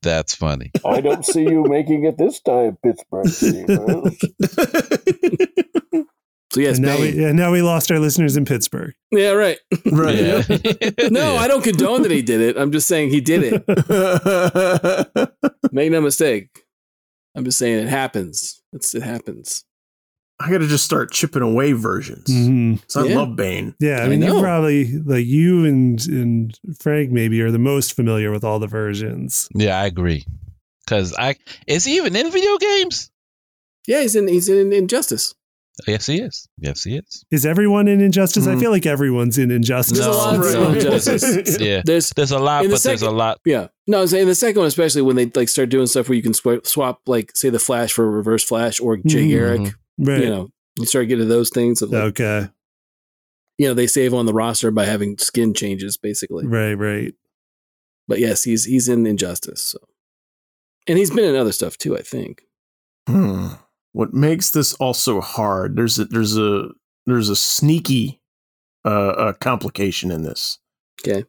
Speaker 3: That's funny.
Speaker 5: I don't see you making it this time, Pittsburgh. Steelers.
Speaker 2: So yes,
Speaker 4: and, now
Speaker 2: Bane.
Speaker 4: we, and now we lost our listeners in Pittsburgh.
Speaker 2: yeah, right.
Speaker 1: [laughs] right.
Speaker 3: Yeah. [laughs]
Speaker 2: No, I don't condone that he did it. I'm just saying he did it.
Speaker 1: [laughs]
Speaker 2: Make no mistake. I'm just saying it happens. It's it happens.
Speaker 1: [laughs] I gotta just start chipping away versions.
Speaker 3: Mm-hmm.
Speaker 4: hmm
Speaker 1: 'Cause I
Speaker 2: Yeah.
Speaker 1: love Bane.
Speaker 4: Yeah,
Speaker 2: I
Speaker 4: I mean,
Speaker 2: know.
Speaker 4: you probably like you and and Frank maybe are the most familiar with all the versions.
Speaker 3: Yeah, I agree. Cause I is he even in video games?
Speaker 2: Yeah, he's in he's in Injustice.
Speaker 3: Yes, he is. Yes, he is.
Speaker 4: Is everyone in Injustice? I
Speaker 1: Mhm.
Speaker 4: feel like everyone's in Injustice.
Speaker 2: There's a
Speaker 3: No,
Speaker 2: lot of
Speaker 3: no.
Speaker 2: injustice.
Speaker 3: Yeah,
Speaker 2: There's
Speaker 3: there's a lot,
Speaker 2: In the
Speaker 3: but there's a
Speaker 2: second-
Speaker 3: lot.
Speaker 2: yeah. No, I'm saying the second one, especially when they like start doing stuff where you can sw- swap like say the Flash for Reverse Flash or Jay
Speaker 4: Mhm.
Speaker 2: Garrick.
Speaker 4: [laughs] right.
Speaker 2: You know, you start getting to those things of like,
Speaker 4: Okay.
Speaker 2: you know they save on the roster by having skin changes basically.
Speaker 4: Right. Right.
Speaker 2: But yes, he's he's in Injustice. So, and he's been in other stuff too. I think.
Speaker 1: Hmm. What makes this also hard? There's a there's a there's a sneaky uh, uh complication in this.
Speaker 2: Okay.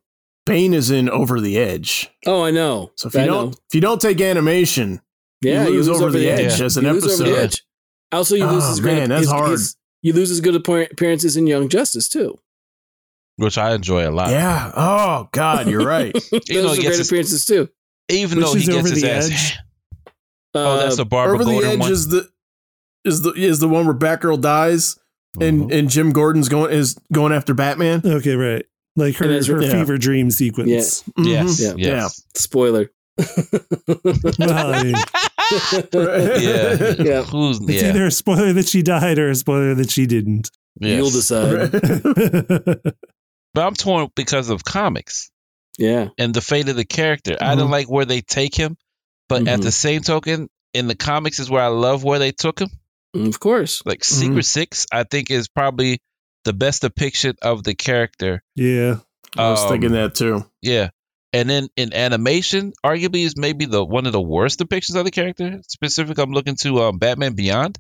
Speaker 1: Bane is in Over the Edge.
Speaker 2: Oh, I know.
Speaker 1: So if you
Speaker 2: I
Speaker 1: don't
Speaker 2: know.
Speaker 1: if you don't take animation,
Speaker 2: yeah,
Speaker 1: you, lose over, the edge
Speaker 3: edge.
Speaker 1: as an
Speaker 2: You lose over the
Speaker 1: episode.
Speaker 2: edge. Also, you lose
Speaker 1: Oh,
Speaker 2: his grand-
Speaker 1: man, that's
Speaker 2: his-
Speaker 1: hard.
Speaker 2: his- you lose his good appar- appearances in Young Justice too.
Speaker 3: which I enjoy a lot.
Speaker 1: Yeah. Oh God, [laughs] you're right.
Speaker 3: [laughs] You know,
Speaker 2: Those are
Speaker 3: he gets
Speaker 2: great
Speaker 3: his,
Speaker 2: appearances too.
Speaker 3: even
Speaker 4: Which
Speaker 3: though he
Speaker 4: is
Speaker 3: gets
Speaker 4: Over
Speaker 3: his
Speaker 4: the
Speaker 3: ass.
Speaker 4: Edge?
Speaker 3: Oh, that's
Speaker 2: Uh,
Speaker 3: a Barbara
Speaker 1: over the
Speaker 3: Gordon
Speaker 1: edge
Speaker 3: one.
Speaker 1: is the is the is the one where Batgirl dies and
Speaker 3: Mhm.
Speaker 1: and Jim Gordon's going is going after [laughs] Batman.
Speaker 4: Okay. Right. Like her,
Speaker 2: And that's-
Speaker 4: her
Speaker 1: yeah.
Speaker 4: fever dream sequence.
Speaker 1: mm-hmm. [laughs]
Speaker 3: Yes,
Speaker 2: Yeah.
Speaker 3: yes.
Speaker 2: spoiler.
Speaker 4: [laughs] Well, I mean,
Speaker 1: Mhm.
Speaker 3: [laughs] Yeah.
Speaker 2: Yeah.
Speaker 3: Who's
Speaker 4: it's
Speaker 3: yeah.
Speaker 4: either a spoiler that she died or a spoiler that she didn't. [laughs]
Speaker 2: [laughs]
Speaker 3: Yes.
Speaker 2: You'll decide.
Speaker 3: But I'm torn because of comics
Speaker 2: Yeah,
Speaker 3: and the fate of the character. I didn't like where they take him, but at
Speaker 2: Mhm.
Speaker 3: the same token, in the comics is where I love where they took him.
Speaker 2: of course.
Speaker 3: Like Secret Six, I think is probably the best depiction of the character.
Speaker 4: yeah.
Speaker 1: [laughs] I was
Speaker 3: Um,
Speaker 1: thinking that too.
Speaker 3: Yeah. And then in animation, arguably is maybe the one of the worst depictions of the character. Specific, I'm looking to um, Batman Beyond.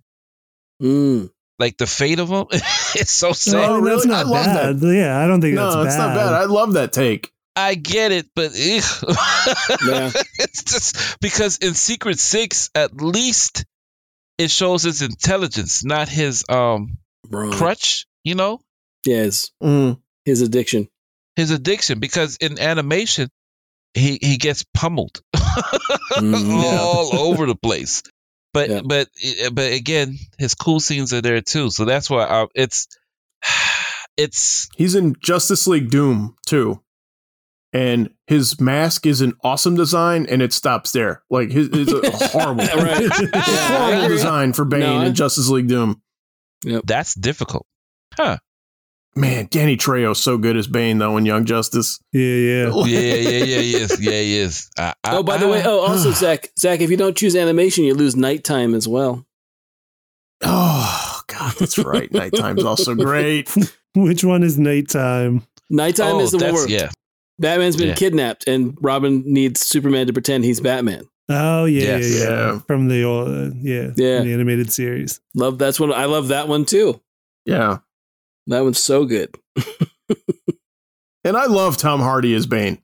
Speaker 2: Mm.
Speaker 3: Like the fate of him, [laughs] it's so
Speaker 4: No,
Speaker 3: sad.
Speaker 1: Oh, really?
Speaker 4: That's not
Speaker 1: I love
Speaker 4: bad. Yeah, I don't think
Speaker 1: No,
Speaker 4: that's
Speaker 1: it's not bad. I love that take.
Speaker 3: I get it, but ugh.
Speaker 2: Yeah.
Speaker 3: [laughs] it's just because in Secret Six, at least it shows his intelligence, not his um
Speaker 2: Wrong.
Speaker 3: crutch. You know,
Speaker 2: Yes,
Speaker 1: Mm.
Speaker 2: his addiction.
Speaker 3: his addiction. Because in animation, he he gets pummeled [laughs]
Speaker 2: Mm, yeah.
Speaker 3: all over the place. But
Speaker 2: Yeah.
Speaker 3: but eh, but again, his cool scenes are there too. So that's why I, it's [sighs] it's
Speaker 1: He's in Justice League Doom too. And his mask is an awesome design and it stops there. Like his it's a
Speaker 2: [laughs]
Speaker 1: horrible,
Speaker 2: Right. Yeah, I
Speaker 1: horrible
Speaker 2: agree.
Speaker 1: design for Bane
Speaker 2: No, I-
Speaker 1: in Justice League Doom.
Speaker 3: that's
Speaker 2: [laughs]
Speaker 3: difficult.
Speaker 1: Man, Danny Trejo's so good as Bane though in Young Justice.
Speaker 2: [laughs]
Speaker 4: Yeah, yeah.
Speaker 3: Yeah yeah yeah yes yeah yes. I, I,
Speaker 2: Oh, by the
Speaker 3: I-
Speaker 2: way. Oh,
Speaker 1: [sighs]
Speaker 2: also Zach. Zach, if you don't choose animation, you lose nighttime as well.
Speaker 1: Oh God, that's right. Nighttime's also
Speaker 2: [laughs]
Speaker 1: great.
Speaker 4: Which one is nighttime?
Speaker 2: Nighttime
Speaker 3: oh,
Speaker 2: is the
Speaker 3: that's-
Speaker 2: war.
Speaker 3: Yeah,
Speaker 2: Batman's been
Speaker 3: Yeah.
Speaker 2: kidnapped, and Robin needs Superman to pretend he's Batman.
Speaker 4: Oh, yeah,
Speaker 3: Yes.
Speaker 4: yeah, yeah.
Speaker 1: Yeah.
Speaker 4: From the old, uh, yeah,
Speaker 2: Yeah.
Speaker 4: from the animated series.
Speaker 2: Love that's one. I love that one too.
Speaker 1: Yeah.
Speaker 2: That one's so good.
Speaker 1: And I love Tom Hardy as Bane.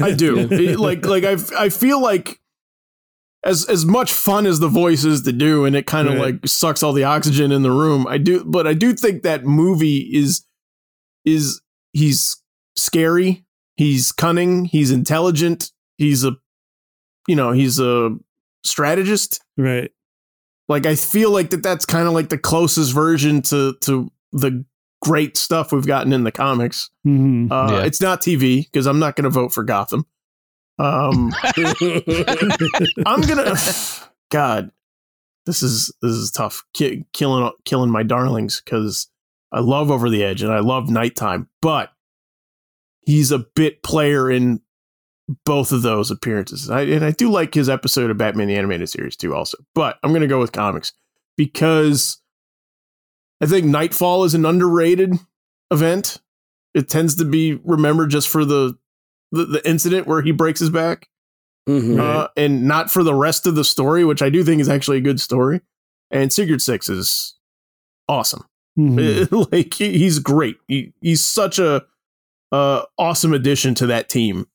Speaker 1: I
Speaker 4: [laughs]
Speaker 1: do. It- like like I I feel like as as much fun as the voice is to do and it kind of
Speaker 4: Right.
Speaker 1: like sucks all the oxygen in the room. I do but I do think that movie is is he's scary, he's cunning, he's intelligent, he's a you know, he's a strategist.
Speaker 4: right.
Speaker 1: Like I feel like that that's kind of like the closest version to to the great stuff we've gotten in the comics.
Speaker 3: [laughs]
Speaker 4: hmm
Speaker 1: Uh,
Speaker 3: Yeah.
Speaker 1: It's not TV because I'm not going to vote for Gotham. Um, I'm gonna. God, this is this is tough. Ki- killing killing my darlings because I love Over the Edge and I love Nighttime, but he's a bit player in both of those appearances. I, and I do like his episode of Batman the Animated Series too, also. But I'm gonna go with comics because I think Nightfall is an underrated event. It tends to be remembered just for the the, the incident where he breaks his back.
Speaker 2: Mhm.
Speaker 1: uh, and not for the rest of the story, which I do think is actually a good story. And Secret Six is awesome. [laughs]
Speaker 4: Mhm.
Speaker 1: like he, he's great. He, he's such a uh, awesome addition to that team.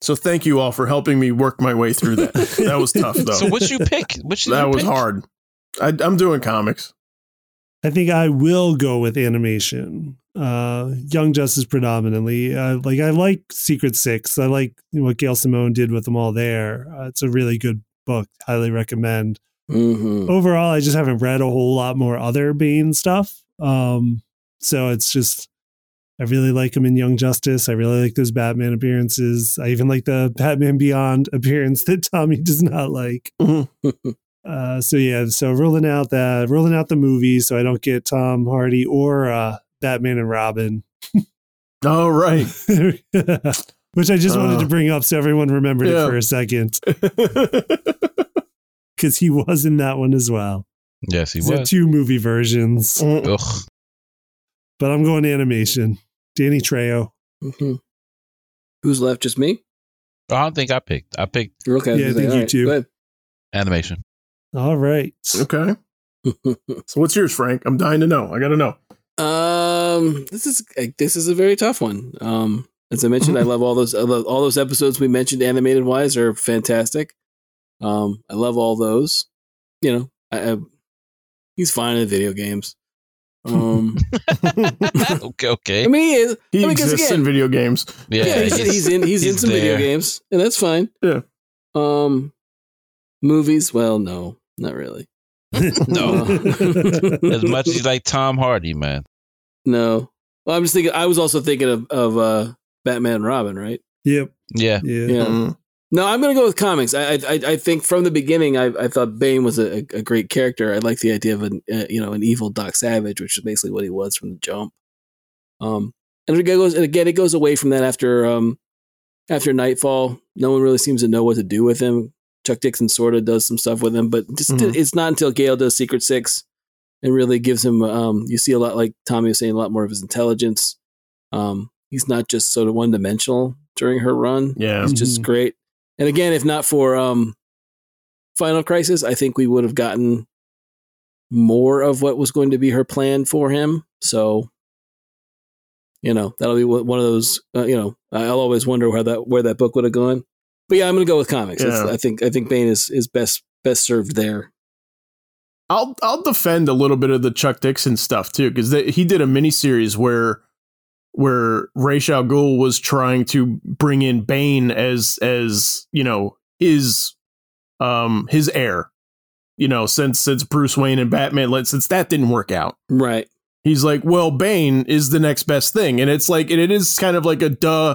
Speaker 1: So thank you all for helping me work my way through that. that was tough though.
Speaker 3: So what you pick? What did
Speaker 1: that
Speaker 3: you
Speaker 1: was
Speaker 3: pick?
Speaker 1: hard. I, I'm doing comics.
Speaker 4: I think I will go with animation. Uh, Young Justice predominantly. Uh, like I like Secret Six. I like what Gail Simone did with them all. There, uh, it's a really good book. Highly recommend.
Speaker 2: Mhm.
Speaker 4: Overall, I just haven't read a whole lot more other Bane stuff. Um, so it's just I really like him in Young Justice. I really like those Batman appearances. I even like the Batman Beyond [laughs] appearance that Tommy does not like. Uh, so yeah, so rolling out that rolling out the movie, so I don't get Tom Hardy or uh, Batman and Robin, [laughs]
Speaker 1: All right.
Speaker 4: which I just wanted
Speaker 1: Uh.
Speaker 4: to bring up so everyone remembered
Speaker 1: Yeah.
Speaker 4: it for a second
Speaker 1: Mm,
Speaker 4: because he was in that one as well.
Speaker 3: Yes, he
Speaker 4: He's had
Speaker 3: was.
Speaker 4: two movie versions,
Speaker 1: Mm.
Speaker 3: Ugh.
Speaker 4: but I'm going animation. Danny Trejo.
Speaker 2: Mhm. Who's left? Just me?
Speaker 3: I don't think I picked. I picked
Speaker 2: You're Okay.
Speaker 4: Yeah, I
Speaker 2: All
Speaker 4: think you too.
Speaker 2: go ahead.
Speaker 3: animation.
Speaker 2: [laughs]
Speaker 3: [laughs]
Speaker 4: All right,
Speaker 1: okay. So what's yours, Frank? I'm dying to know. I got to know.
Speaker 2: um, this is this is a very tough one. Um, as I mentioned,
Speaker 4: [laughs]
Speaker 2: I love all those I love all those episodes we mentioned animated wise are fantastic. Um, I love all those. You know, I, I he's fine in video games. [laughs] Um,
Speaker 3: okay, okay.
Speaker 2: I mean, he is.
Speaker 1: He
Speaker 2: I mean, 'cause
Speaker 1: exists
Speaker 2: again-
Speaker 1: in video games.
Speaker 3: Yeah,
Speaker 2: Yeah, he's, he's in. He's, in
Speaker 3: he's
Speaker 2: some video
Speaker 3: there.
Speaker 2: games, and that's fine.
Speaker 1: Yeah.
Speaker 2: Um, movies? Well, no, not really.
Speaker 3: [laughs] No. as
Speaker 2: as
Speaker 3: much as you like Tom Hardy, man.
Speaker 2: No. Well, I'm just thinking. I was also thinking of of uh, Batman and Robin, right?
Speaker 4: yep,
Speaker 3: Yeah,
Speaker 4: yeah.
Speaker 2: Yeah.
Speaker 1: Mm.
Speaker 2: No, I'm gonna go with comics. I I, I I think from the beginning, I, I thought Bane was a, a great character. I like the idea of an uh, you know an evil Doc Savage, which is basically what he was from the jump. Um, and it goes and again, it goes away from that after um after Nightfall. No one really seems to know what to do with him. Chuck Dixon sort of does some stuff with him, but just
Speaker 1: Mhm.
Speaker 2: it's not until Gale does Secret Six and really gives him um you see a lot like Tommy was saying a lot more of his intelligence. Um, he's not just sort of one dimensional during her run.
Speaker 1: Yeah.
Speaker 2: It's just great. And again, if not for um, Final Crisis, I think we would have gotten more of what was going to be her plan for him. So, you know, that'll be one of those. Uh, you know, I'll always wonder where that where that book would have gone. But yeah, I'm going to go with comics. It's-
Speaker 1: Yeah.
Speaker 2: I think I think Bane is is best best served there.
Speaker 1: I'll I'll defend a little bit of the Chuck Dixon stuff too, because he did a miniseries where where Ra's al Ghul was trying to bring in Bane as as you know his um his heir, you know since since Bruce Wayne and Batman like, since that didn't work out,
Speaker 2: Right.
Speaker 1: he's like, well, Bane is the next best thing, and it's like and it is kind of like a duh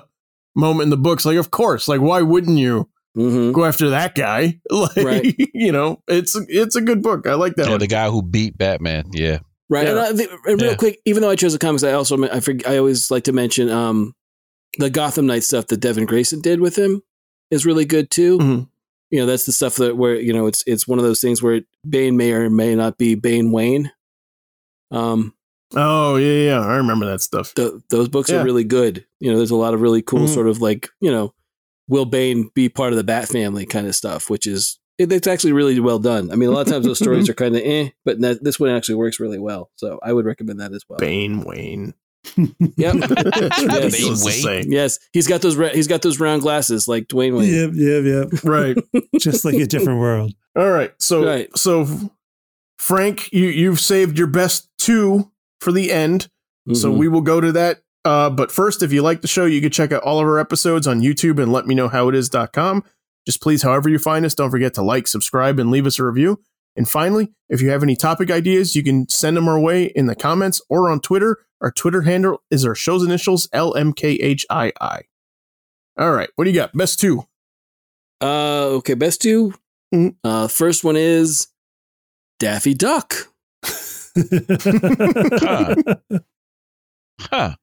Speaker 1: moment in the books, like of course, like why wouldn't you
Speaker 2: hmm
Speaker 1: go after that guy? [laughs] Like
Speaker 2: Right.
Speaker 1: you know, it's it's a good book, I like that
Speaker 3: yeah
Speaker 1: one.
Speaker 3: the guy who beat Batman. Yeah,
Speaker 2: Right.
Speaker 1: Yeah.
Speaker 2: And, I, think- and real
Speaker 3: Yeah.
Speaker 2: quick, even though I chose the comics, I also I forg I always like to mention um, the Gotham Knight stuff that Devin Grayson did with him is really good too.
Speaker 1: Mhm.
Speaker 2: You know, that's the stuff that where you know it's it's one of those things where Bane may or may not be Bane Wayne. Um,
Speaker 1: Oh yeah, yeah, I remember that stuff.
Speaker 2: th- those books
Speaker 1: Yeah.
Speaker 2: are really good. You know, there's a lot of really cool
Speaker 1: Mhm.
Speaker 2: sort of like you know, will Bane be part of the Bat family kind of stuff, which is it, it's actually really well done. I mean, a lot of
Speaker 1: [laughs]
Speaker 2: times those stories are kind of eh, but that, this one actually works really well. So I would recommend that as well.
Speaker 1: Bane Wayne. [laughs]
Speaker 2: Yep.
Speaker 1: Ridiculous to
Speaker 3: Bane
Speaker 1: say.
Speaker 2: Yes, he's got those. Ra- he's got those round glasses like Dwayne Wayne.
Speaker 4: Yep, yep, yep.
Speaker 1: Right.
Speaker 4: Just like a
Speaker 3: [laughs]
Speaker 4: different world.
Speaker 1: All right. So
Speaker 2: Right.
Speaker 1: so Frank, you you've saved your best two for the end. So
Speaker 2: Mhm.
Speaker 1: we will go to that. Uh, but first, if you like the show, you can check out all of our episodes on YouTube and let me know how it is.com. Just please, however you find us, don't forget to like, subscribe, and leave us a review. And finally, if you have any topic ideas, you can send them our way in the comments or on Twitter. Our Twitter handle is our show's initials, LMKHII. All right, what do you got? Best two.
Speaker 2: uh, okay, best 2
Speaker 1: Mhm.
Speaker 2: Uh, first one is Daffy Duck.
Speaker 4: Mm-hmm.
Speaker 3: huh?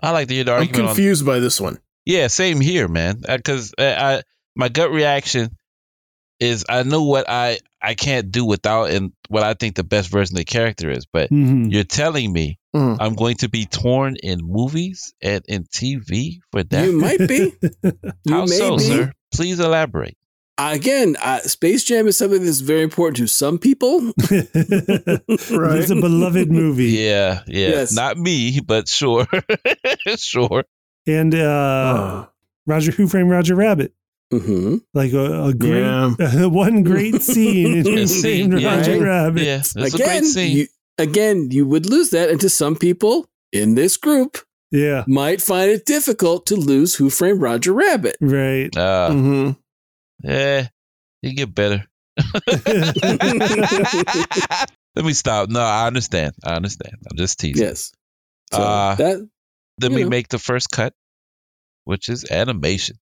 Speaker 3: I like to hear the
Speaker 1: I'm
Speaker 3: argument. on,
Speaker 1: confused by this one.
Speaker 3: yeah, same here, man. Because uh, I, my gut reaction is I know what I I can't do without, and what I think the best version of the character is. But
Speaker 2: Mm.
Speaker 4: Mhm.
Speaker 3: you're telling me
Speaker 1: Mhm.
Speaker 3: I'm going to be torn in movies and in TV for that.
Speaker 2: You might
Speaker 3: [laughs]
Speaker 2: be. You
Speaker 3: How
Speaker 2: may
Speaker 3: so,
Speaker 2: be.
Speaker 3: sir? Please elaborate.
Speaker 2: Again, uh, Space Jam is something that's very important to some people.
Speaker 4: It's a beloved movie.
Speaker 3: Yeah, yeah.
Speaker 2: Yes.
Speaker 3: Not me, but sure, [laughs] sure.
Speaker 4: And uh, Roger Who Framed Roger Rabbit.
Speaker 2: hmm
Speaker 4: Like a, a great
Speaker 1: Yeah.
Speaker 4: [laughs] one great scene in Who
Speaker 3: Yeah, scene,
Speaker 4: Framed
Speaker 3: yeah.
Speaker 4: Roger Rabbit.
Speaker 3: Yeah, it's a
Speaker 2: Again,
Speaker 3: great scene.
Speaker 2: you, again, you would lose that, and to some people in this group
Speaker 4: Yeah.
Speaker 2: might find it difficult to lose Who Framed Roger Rabbit.
Speaker 3: [laughs]
Speaker 4: Right. [laughs]
Speaker 3: uh,
Speaker 1: hmm
Speaker 3: yeah, Eh, you get better. Let me stop. No, I understand. I understand. I'm just teasing.
Speaker 2: Yes. So
Speaker 3: Uh,
Speaker 2: that
Speaker 3: Then
Speaker 2: you
Speaker 3: we
Speaker 2: know.
Speaker 3: make the first cut, which is animation.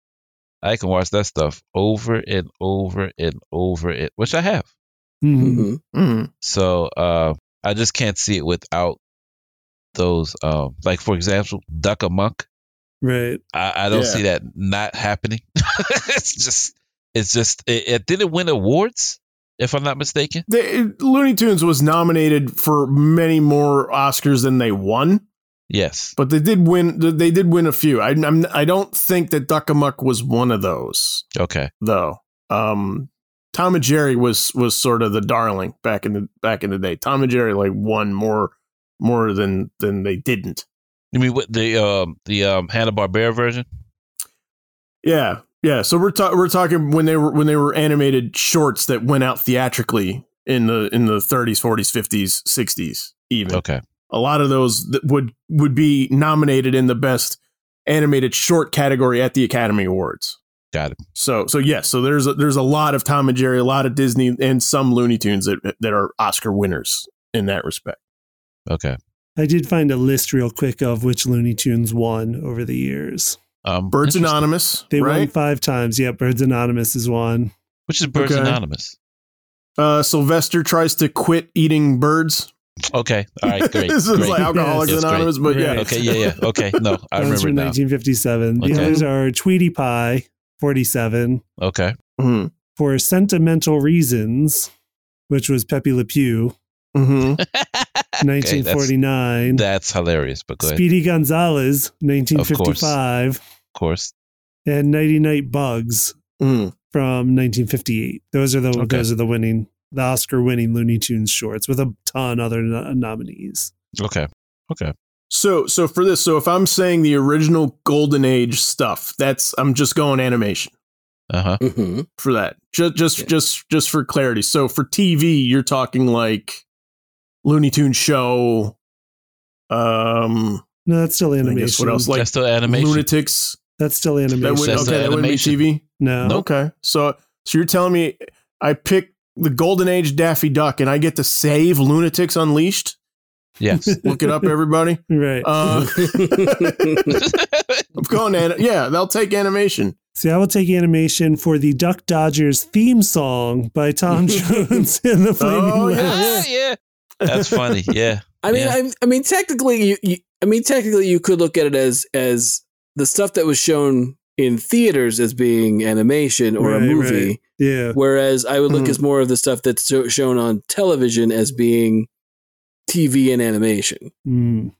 Speaker 3: I can watch that stuff over and over and over it, which I have.
Speaker 4: Mhm.
Speaker 2: mhm.
Speaker 1: hmm
Speaker 3: So uh, I just can't see it without those. Um, like for example, Duck a Monk.
Speaker 4: Right.
Speaker 3: I, I don't
Speaker 1: Yeah.
Speaker 3: see that not happening. [laughs] it's just, it's just. It, it didn't win awards, if I'm not mistaken.
Speaker 1: The, Looney Tunes was nominated for many more Oscars than they won,
Speaker 3: Yes.
Speaker 1: but they did win. They did win a few. I, I'm, I don't think that Duckamuck was one of those,
Speaker 3: Okay.
Speaker 1: though. Um, Tom and Jerry was was sort of the darling back in the back in the day. Tom and Jerry like won more more than than they didn't.
Speaker 3: You mean what the um the um Hanna Barbera version?
Speaker 1: Yeah, yeah. So we're ta- we're talking when they were when they were animated shorts that went out theatrically in the in the 30s, 40s, 50s, 60s, even.
Speaker 3: Okay.
Speaker 1: a lot of those that would would be nominated in the best animated short category at the Academy Awards.
Speaker 3: Got it.
Speaker 1: So so yes, so there's a, there's a lot of Tom and Jerry, a lot of Disney, and some Looney Tunes that that are Oscar winners in that respect.
Speaker 3: Okay.
Speaker 4: I did find a list real quick of which Looney Tunes won over the years.
Speaker 3: Um,
Speaker 1: Birds
Speaker 3: interesting.
Speaker 1: Anonymous,
Speaker 4: They won
Speaker 1: right?
Speaker 4: five times. Yeah, Birds Anonymous is one.
Speaker 3: Which is Birds
Speaker 1: Okay.
Speaker 3: Anonymous.
Speaker 1: Uh, Sylvester tries to quit eating birds.
Speaker 3: Okay.
Speaker 1: [laughs]
Speaker 3: All right. Great.
Speaker 1: this is
Speaker 3: great.
Speaker 1: like Alcoholics
Speaker 3: Yes. That's great.
Speaker 1: Anonymous, but yeah,
Speaker 4: Right.
Speaker 3: okay. Yeah. Yeah. Okay. No, I
Speaker 4: That
Speaker 3: remember
Speaker 4: was from
Speaker 3: now.
Speaker 4: 1957. The
Speaker 3: Okay.
Speaker 4: others are Tweety Pie, 47,
Speaker 3: Okay. [laughs]
Speaker 1: hmm
Speaker 4: for Sentimental Reasons, which was Pepe Le Pew,
Speaker 1: hmm
Speaker 3: Okay, that's,
Speaker 4: 1949.
Speaker 3: that's hilarious. But go ahead.
Speaker 4: Speedy Gonzales,
Speaker 3: course.
Speaker 4: 1955,
Speaker 3: Of course.
Speaker 4: and Nighty Night Bugs
Speaker 1: hmm
Speaker 4: from 1958. Those are the
Speaker 3: Okay.
Speaker 4: those are the winning the Oscar winning Looney Tunes shorts with a ton other no- nominees.
Speaker 3: Okay. Okay.
Speaker 1: So so for this, so if I'm saying the original Golden Age stuff, that's I'm just going animation.
Speaker 3: Uh huh.
Speaker 2: Mhm.
Speaker 1: for that. Just just
Speaker 2: Yeah.
Speaker 1: just just for clarity. So for TV, you're talking like Looney Tunes show. Um,
Speaker 4: No, that's still
Speaker 1: guess
Speaker 4: animation.
Speaker 1: what else? Like
Speaker 3: That's still animation.
Speaker 1: Lunatics.
Speaker 4: that's still
Speaker 1: That
Speaker 4: animation.
Speaker 1: would,
Speaker 3: That's
Speaker 1: okay,
Speaker 3: the
Speaker 1: that wouldn't be
Speaker 3: animation.
Speaker 1: TV.
Speaker 4: no, [laughs]
Speaker 3: Nope.
Speaker 1: Okay, so so you're telling me I pick the Golden Age Daffy Duck and I get to save Lunatics Unleashed?
Speaker 3: Yes.
Speaker 1: [laughs]
Speaker 3: [laughs]
Speaker 1: Look it up,
Speaker 4: [laughs]
Speaker 1: everybody.
Speaker 4: right.
Speaker 1: Uh,
Speaker 2: [laughs]
Speaker 1: [laughs] I'm going. An- yeah, they'll take animation.
Speaker 4: See, I will take animation for the Duck Dodgers theme song
Speaker 1: [laughs]
Speaker 4: by Tom Jones and the Flaming
Speaker 1: Oh, yeah.
Speaker 4: Lips.
Speaker 3: yeah, yeah. That's funny. Yeah.
Speaker 2: I mean,
Speaker 3: Yeah.
Speaker 2: I, I mean, technically, you, you, I mean, technically, you could look at it as as the stuff that was shown in theaters as being animation or a
Speaker 4: Right,
Speaker 2: movie,
Speaker 4: right. Yeah,
Speaker 2: whereas I would look
Speaker 3: Mm-hmm.
Speaker 1: Mhm.
Speaker 2: as more of the stuff that's so, shown on television as being TV and animation
Speaker 4: Mm.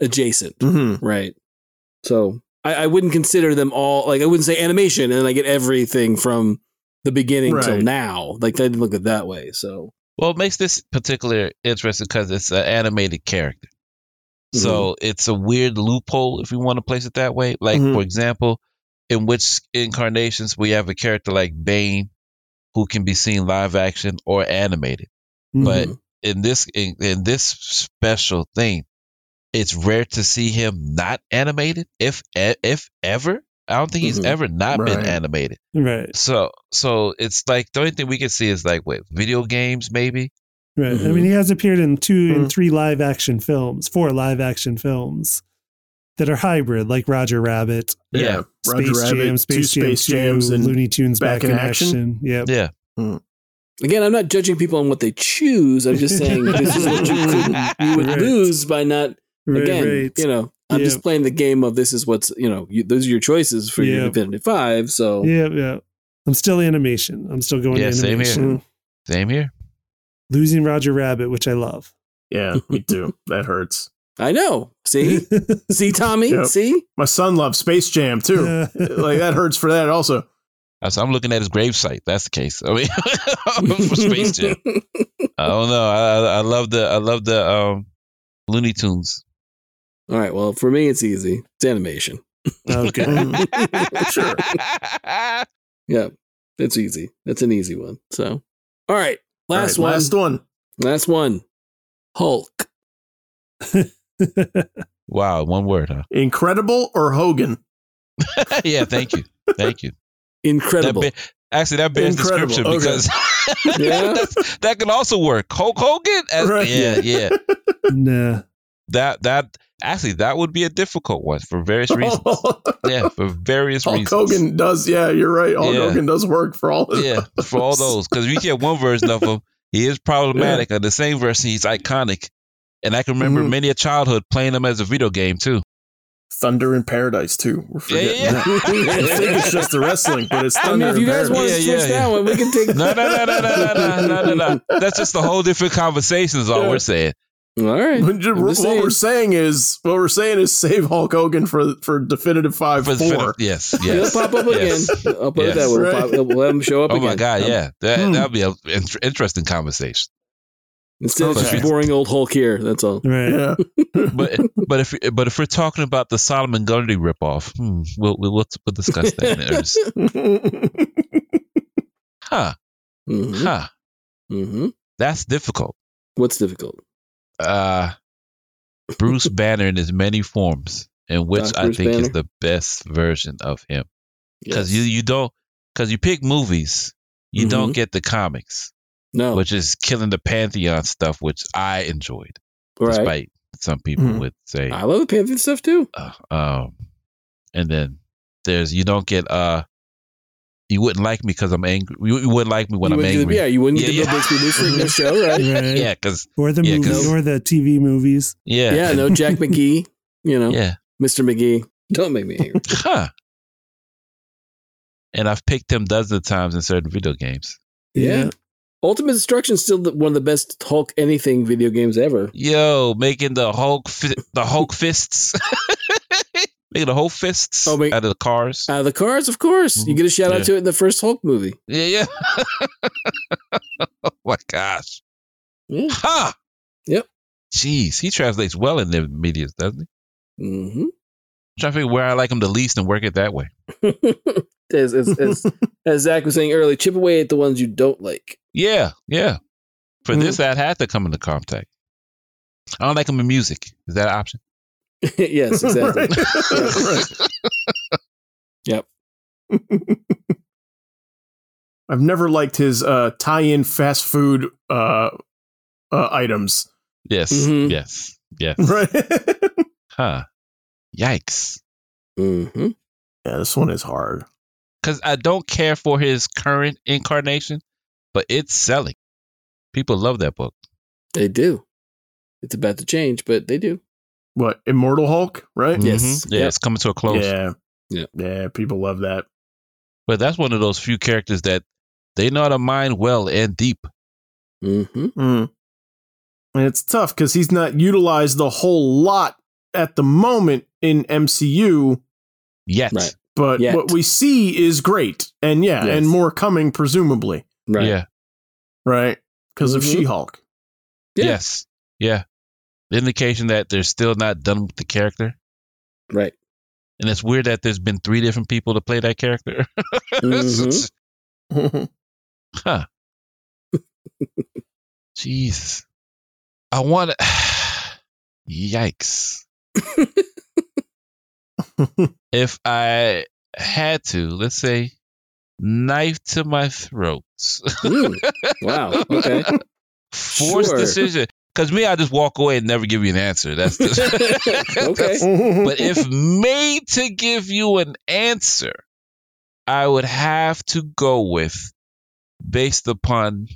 Speaker 2: adjacent,
Speaker 1: hmm
Speaker 2: right? So I, I wouldn't consider them all like I wouldn't say animation, and I get everything from the beginning till
Speaker 1: Right.
Speaker 2: now. Like I didn't look at it that way. So
Speaker 3: Well, it makes this particular interesting because it's an animated character. So it's a weird loophole if you want to place it that way. Like
Speaker 1: Mhm.
Speaker 3: for example, in which incarnations we have a character like Bane who can be seen live action or animated.
Speaker 2: Mm-hmm.
Speaker 3: But in this in, in this special thing, it's rare to see him not animated. If e- if ever, I don't think he's
Speaker 2: Mhm.
Speaker 3: ever not been
Speaker 1: Right.
Speaker 3: animated.
Speaker 4: right,
Speaker 3: So so it's like the only thing we can see is like with video games maybe.
Speaker 4: right. I
Speaker 2: Mhm.
Speaker 4: mean, he has appeared in 2 in
Speaker 1: Mhm.
Speaker 4: three live action films, four live action films that are hybrid, like Roger Rabbit,
Speaker 3: Yeah.
Speaker 1: Roger
Speaker 4: Space
Speaker 1: Rabbit,
Speaker 4: Jam, Space
Speaker 1: two
Speaker 4: Jam
Speaker 1: Space
Speaker 4: 2,
Speaker 1: Jams, and
Speaker 4: Looney Tunes Back, in, Action. Yep.
Speaker 3: Yeah.
Speaker 2: Again, I'm not judging people on what they choose. I'm
Speaker 3: [laughs]
Speaker 2: just saying [laughs] this is what you, could, you would
Speaker 4: Right.
Speaker 2: lose by not.
Speaker 4: Right,
Speaker 2: Again,
Speaker 4: right.
Speaker 2: you know, I'm
Speaker 4: Yeah.
Speaker 2: just playing the game of this is what's you know you, those are your choices for
Speaker 4: Yeah.
Speaker 2: your Infinity Five. So
Speaker 4: Yeah, yeah. I'm still animation. I'm still going
Speaker 3: Yeah,
Speaker 4: to
Speaker 1: Mm-hmm.
Speaker 3: same here.
Speaker 4: animation.
Speaker 3: Same here.
Speaker 4: Losing Roger Rabbit, which I love.
Speaker 1: Yeah, me too. that hurts.
Speaker 2: I know.
Speaker 4: [laughs]
Speaker 2: See, see, Tommy,
Speaker 1: Yep.
Speaker 2: see.
Speaker 1: My son loves Space Jam [laughs] too. like that hurts for that also.
Speaker 3: I said, I'm looking at his gravesite. That's the case. I mean, [laughs] [laughs] for Space
Speaker 2: [laughs]
Speaker 3: Jam. I don't know. I, I I love the I love the um, Looney
Speaker 2: [laughs]
Speaker 3: Tunes.
Speaker 2: All right. Well, for me, it's easy. It's animation.
Speaker 4: [laughs] okay.
Speaker 1: Mm, Sure.
Speaker 2: Yeah, it's easy. That's an easy one. So, all right. Last
Speaker 1: all right,
Speaker 2: one.
Speaker 1: Last one.
Speaker 2: Last one. Hulk.
Speaker 3: Wow, one word, huh?
Speaker 1: Incredible or Hogan?
Speaker 3: yeah, thank you, thank you. That
Speaker 2: Incredible.
Speaker 3: be- actually, that bears
Speaker 1: Incredible.
Speaker 3: description
Speaker 1: Okay.
Speaker 3: because [laughs]
Speaker 2: Yeah.
Speaker 3: that's- that can also work. Hulk Hogan, as,
Speaker 1: Right.
Speaker 3: yeah, yeah.
Speaker 4: nah.
Speaker 3: That that actually that would be a difficult one for
Speaker 1: [laughs]
Speaker 2: [laughs]
Speaker 3: various [laughs] reasons. yeah, for various
Speaker 1: Hulk
Speaker 3: reasons.
Speaker 1: Hogan does. Yeah, you're right. Hulk
Speaker 3: Yeah.
Speaker 1: Hogan does work for all. Of
Speaker 3: Yeah,
Speaker 2: [laughs]
Speaker 3: for all those because we get one version of him. He is problematic. On the same version, he's iconic, and I can remember
Speaker 2: Mm-hmm.
Speaker 1: Mhm.
Speaker 3: many a childhood playing him as a video
Speaker 2: [laughs]
Speaker 3: game too.
Speaker 1: Thunder in Paradise too. We're
Speaker 3: Yeah,
Speaker 1: forgetting
Speaker 3: yeah.
Speaker 1: that. [laughs]
Speaker 3: yeah.
Speaker 1: I think it's just the wrestling, but it's
Speaker 2: I mean,
Speaker 1: Thunder
Speaker 2: if
Speaker 1: in
Speaker 2: you guys want to
Speaker 1: Paradise.
Speaker 2: switch
Speaker 3: Yeah, yeah,
Speaker 2: that
Speaker 3: yeah.
Speaker 2: one, we can take.
Speaker 3: No, no, no, no, no, no, no, no, no, no. That's just a whole different conversation. Is all we're saying.
Speaker 2: [laughs] All right.
Speaker 1: But ju-
Speaker 2: I'm
Speaker 1: what
Speaker 2: just
Speaker 1: we're saying is, what we're saying is, save Hulk Hogan for for definitive five
Speaker 3: For the
Speaker 1: four.
Speaker 3: finish- yes, yes.
Speaker 2: He'll pop up
Speaker 3: yes.
Speaker 2: again. I'll put it
Speaker 3: Yes.
Speaker 2: that way. We'll
Speaker 1: Right.
Speaker 2: pop- We'll, let him show up
Speaker 3: Oh
Speaker 2: again.
Speaker 3: my god,
Speaker 2: Um,
Speaker 3: yeah, that
Speaker 1: Hmm.
Speaker 3: that'd be an in- interesting conversation.
Speaker 2: Instead of just
Speaker 1: Okay.
Speaker 2: boring old Hulk here. That's all.
Speaker 4: Right.
Speaker 1: Yeah,
Speaker 2: [laughs]
Speaker 3: But but if but if we're talking about the Solomon Grundy ripoff, hmm, we'll we'll, we'll we'll discuss that.
Speaker 2: [laughs]
Speaker 3: in earnest.
Speaker 1: [laughs]
Speaker 3: huh? Mm-hmm.
Speaker 2: hmm
Speaker 3: Huh?
Speaker 2: hmm
Speaker 3: That's difficult.
Speaker 2: What's difficult?
Speaker 3: uh Bruce Banner in his many forms, and which
Speaker 2: Doc
Speaker 3: I
Speaker 2: Bruce
Speaker 3: think is
Speaker 2: Banner?
Speaker 3: the best version of him. Because
Speaker 2: Yes. Mm-hmm.
Speaker 3: you you don't because you pick movies, you don't get the comics,
Speaker 2: no
Speaker 3: which is killing the pantheon stuff, which I enjoyed,
Speaker 2: right. Mm-hmm.
Speaker 3: despite some people
Speaker 1: Mhm.
Speaker 3: would say.
Speaker 2: I love the Pantheon stuff too.
Speaker 3: uh, um, and then there's you don't get uh. You wouldn't like me because I'm angry. You, you wouldn't like me when
Speaker 2: you
Speaker 3: I'm
Speaker 2: wouldn't do the-
Speaker 3: angry.
Speaker 2: yeah, you wouldn't get
Speaker 3: Yeah,
Speaker 2: the Bill
Speaker 3: yeah.
Speaker 2: Bixby News Freak News
Speaker 3: [laughs]
Speaker 2: show, right?
Speaker 4: Right.
Speaker 3: yeah, because
Speaker 4: Or the
Speaker 3: Yeah,
Speaker 4: movies
Speaker 3: 'cause-
Speaker 4: or the TV movies.
Speaker 3: yeah,
Speaker 2: Yeah, no
Speaker 3: [laughs]
Speaker 2: Jack McGee. You know,
Speaker 3: yeah.
Speaker 2: Mr. McGee. Don't make me
Speaker 3: [laughs]
Speaker 2: angry.
Speaker 3: Huh. And I've picked him dozens of times in certain video games.
Speaker 2: Yeah. Ultimate Destruction's still the, one of the best Hulk anything video games ever.
Speaker 3: Yo, making the Hulk fi-
Speaker 2: [laughs]
Speaker 3: the Hulk fists, [laughs] making the Hulk fists
Speaker 2: Oh, wait.
Speaker 3: out of the cars.
Speaker 2: Uh, the cars, of course. You get a shout out
Speaker 3: Mm-hmm. Yeah.
Speaker 2: to it in the first Hulk movie.
Speaker 3: yeah, yeah. [laughs] oh my gosh.
Speaker 2: Yeah.
Speaker 3: Huh.
Speaker 2: Yep.
Speaker 3: Jeez, he translates well in the media, doesn't he?
Speaker 2: hmm
Speaker 3: I'm trying to figure where I like him the least and work it that way.
Speaker 2: [laughs] as as,
Speaker 3: [laughs]
Speaker 2: as as Zach was saying earlier, chip away at the ones you don't like. [laughs]
Speaker 3: Yeah, yeah. For
Speaker 2: Mm-hmm.
Speaker 3: this, that had to come into contact. I don't like him in music. Is that an option?
Speaker 2: yes,
Speaker 1: [laughs]
Speaker 2: exactly.
Speaker 3: [laughs]
Speaker 1: Right. Right.
Speaker 2: Yep.
Speaker 1: [laughs] I've never liked his uh, tie-in fast food uh, uh, items.
Speaker 3: Yes,
Speaker 2: Mhm.
Speaker 3: yes, yes.
Speaker 1: Right. yeah,
Speaker 3: Huh. Yikes.
Speaker 2: hmm
Speaker 1: this one is hard.
Speaker 3: Because I don't care for his current incarnation, but it's selling. People love that book.
Speaker 2: They do. It's about to change, but they do.
Speaker 1: What Immortal Hulk? Right.
Speaker 2: Uh, Yes.
Speaker 3: Mhm. Yeah,
Speaker 2: Yep.
Speaker 3: it's coming to a close.
Speaker 1: Yeah.
Speaker 2: Yeah.
Speaker 1: Yeah. People love that.
Speaker 3: But that's one of those few characters that they know how to mine well and deep.
Speaker 2: Mm-hmm.
Speaker 1: Mm. And it's tough because he's not utilized a whole lot at the moment in MCU,
Speaker 3: Yet.
Speaker 2: Right.
Speaker 1: but
Speaker 2: Yet.
Speaker 1: what we see is great. And yeah,
Speaker 2: Yes.
Speaker 1: and more coming, presumably.
Speaker 2: Right.
Speaker 3: Yeah.
Speaker 1: Right. Because
Speaker 2: Mhm.
Speaker 1: of She Hulk.
Speaker 2: Yeah.
Speaker 3: Yes. Yeah. The indication that they're still not done with the character.
Speaker 2: Right.
Speaker 3: And it's weird that there's been three different people to play that character. [laughs]
Speaker 2: Mhm.
Speaker 3: Huh. Jesus. I want to. [sighs] Yikes. if I had to, let's say, knife to my throat, [laughs]
Speaker 2: Mm. Wow. Okay.
Speaker 3: forced
Speaker 2: Sure.
Speaker 3: decision. Because me, I just walk away and never give you an answer. That's the.
Speaker 2: [laughs] Okay. [laughs]
Speaker 3: But if made to give you an answer, I would have to go with, based upon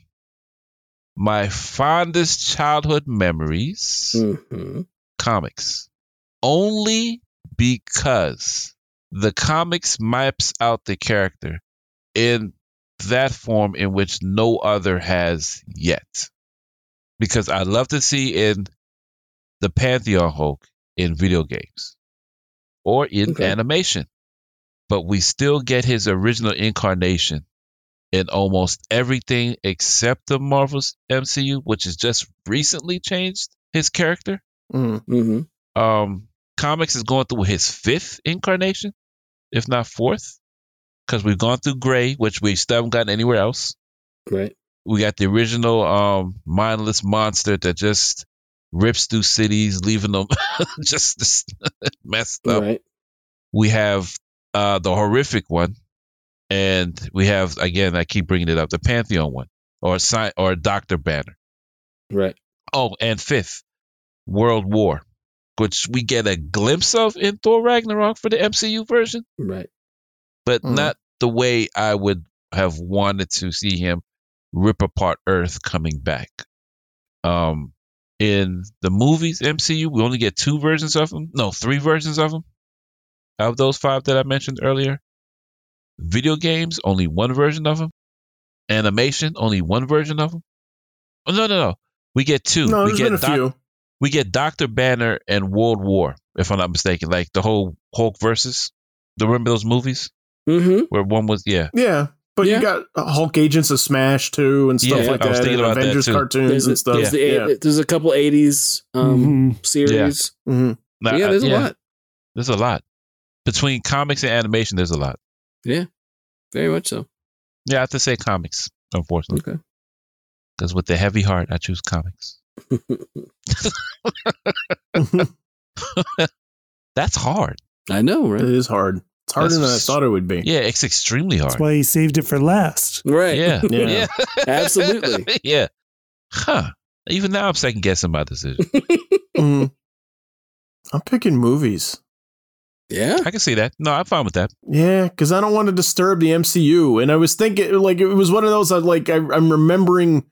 Speaker 3: my fondest childhood memories,
Speaker 2: hmm
Speaker 3: comics. Only because the comics maps out the character in that form in which no other has yet. because I love to see in the Pantheon Hulk in video games or in
Speaker 2: Okay.
Speaker 3: animation. But we still get his original incarnation in almost everything except the Marvel's MCU, which has just recently changed his character.
Speaker 1: Mm.
Speaker 2: hmm
Speaker 3: Um, comics is going through his fifth incarnation, if not fourth, because we've gone through Gray, which we still haven't gotten anywhere else.
Speaker 2: Right.
Speaker 3: We got the original um, mindless monster that just rips through cities, leaving them [laughs] just, just [laughs] messed up.
Speaker 2: Right.
Speaker 3: We have uh, the horrific one, and we have again. I keep bringing it up, the Pantheon one, or sci- or Doctor Banner.
Speaker 2: Right.
Speaker 3: Oh, and fifth, World War, which we get a glimpse of in Thor Ragnarok for the MCU version
Speaker 2: Right.
Speaker 3: but
Speaker 1: Mhm.
Speaker 3: not the way I would have wanted to see him rip apart Earth coming back. Um, in the movies MCU, we only get two versions of him. No, three versions of him. Out of those five that I mentioned earlier, video games only one version of him. Animation only one version of him. Oh, no, no, no. We get two.
Speaker 1: No,
Speaker 3: we
Speaker 1: there's
Speaker 3: get
Speaker 1: been a
Speaker 3: Doc-
Speaker 1: few.
Speaker 3: we get Doctor Banner and World War, if I'm not mistaken. Like the whole Hulk versus. Do you remember those movies
Speaker 2: hmm
Speaker 3: where one was yeah?
Speaker 1: Yeah. But
Speaker 2: Yeah.
Speaker 1: you got uh, Hulk Agents of Smash too and stuff
Speaker 3: Yeah,
Speaker 1: like
Speaker 3: I was
Speaker 1: that.
Speaker 3: thinking
Speaker 1: and
Speaker 3: about that,
Speaker 1: Avengers
Speaker 3: too.
Speaker 1: cartoons
Speaker 2: There's,
Speaker 1: and
Speaker 2: the,
Speaker 1: stuff.
Speaker 2: there's, the, uh,
Speaker 1: yeah. Mm-hmm.
Speaker 2: there's a couple 80s um,
Speaker 4: Mhm.
Speaker 2: series.
Speaker 1: Mhm.
Speaker 3: Nah,
Speaker 2: yeah,
Speaker 3: I-
Speaker 2: there's a lot.
Speaker 3: There's a lot between comics and animation. There's a lot.
Speaker 2: Very much so.
Speaker 3: Yeah, I have to say comics, unfortunately,
Speaker 2: Okay.
Speaker 3: because with the heavy heart, I choose comics.
Speaker 1: Mm-hmm.
Speaker 2: [laughs]
Speaker 3: That's hard.
Speaker 2: I know,
Speaker 1: it
Speaker 2: right?
Speaker 1: is hard. It's harder than I
Speaker 3: That's-
Speaker 1: thought it would be.
Speaker 3: Yeah, it's extremely
Speaker 4: That's
Speaker 3: hard.
Speaker 4: why he saved it for last.
Speaker 2: Right.
Speaker 3: Yeah,
Speaker 2: [laughs]
Speaker 1: Yeah.
Speaker 3: yeah,
Speaker 2: Absolutely.
Speaker 3: [laughs] yeah. Huh. Even now, I'm second guessing my decision.
Speaker 1: Mhm. I'm picking movies.
Speaker 2: yeah.
Speaker 3: I can see that. No, I'm fine with that.
Speaker 1: Yeah, because I don't want to disturb the MCU. And I was thinking, like, it was one of those, I, like, I, I'm remembering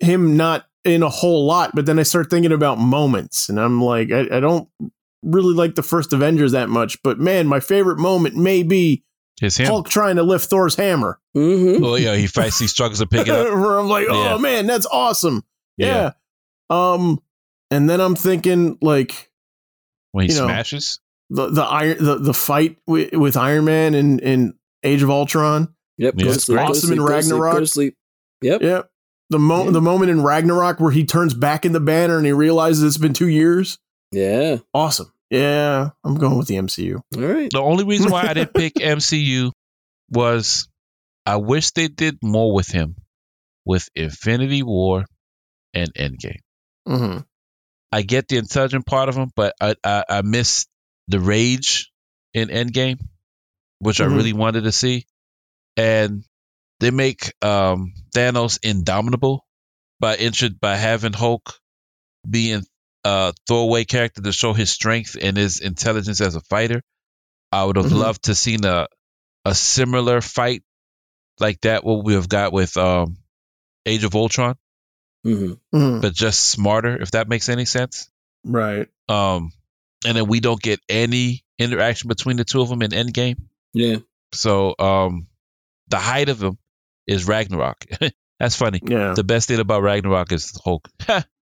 Speaker 1: him not in a whole lot, but then I start thinking about moments. And I'm like, I, I don't really like the first Avengers that much, but man, my favorite moment may be
Speaker 3: It's him.
Speaker 1: Hulk trying to lift Thor's hammer.
Speaker 2: hmm
Speaker 3: Oh yeah, he fights. He struggles to pick it up.
Speaker 1: Where I'm like, oh
Speaker 3: Yeah.
Speaker 1: man, that's awesome. [laughs] Yeah. Um, and then I'm thinking, like,
Speaker 3: When he
Speaker 1: You know.
Speaker 3: smashes.
Speaker 1: the the iron the, the fight with, with Iron Man and, and Age of Ultron.
Speaker 2: Yep.
Speaker 3: Yeah.
Speaker 2: Go to sleep, go to
Speaker 1: Awesome
Speaker 2: sleep,
Speaker 1: in
Speaker 2: go to sleep,
Speaker 1: Ragnarok.
Speaker 2: Go to sleep. Yep.
Speaker 1: Yeah. The mo-
Speaker 2: Yeah.
Speaker 1: the moment in Ragnarok where he turns back in the banner and he realizes it's been two years.
Speaker 2: Yeah.
Speaker 1: Awesome. Yeah, I'm going with the MCU.
Speaker 2: All right.
Speaker 3: The only reason why I didn't pick MCU was I wish they did more with him with Infinity War and Endgame.
Speaker 1: Mm-hmm.
Speaker 3: I get the intelligent part of him, but I I, I miss the rage in Endgame, which I
Speaker 1: Mhm.
Speaker 3: really wanted to see. And they make um, Thanos indomitable by intro- by having Hulk being a throwaway character to show his strength and his intelligence as a fighter. I would have
Speaker 1: Mhm.
Speaker 3: loved to seen a a similar fight like that what we have got with um, Age of Ultron,
Speaker 2: hmm
Speaker 1: Mm.
Speaker 3: but just smarter, if that makes any sense.
Speaker 1: Mm-hmm. Right.
Speaker 3: Um, and then we don't get any interaction between the two of them in Endgame.
Speaker 2: Yeah.
Speaker 3: So um, the height of them is Ragnarok. [laughs] That's funny.
Speaker 1: Yeah.
Speaker 3: The best thing about Ragnarok is Hulk. [laughs]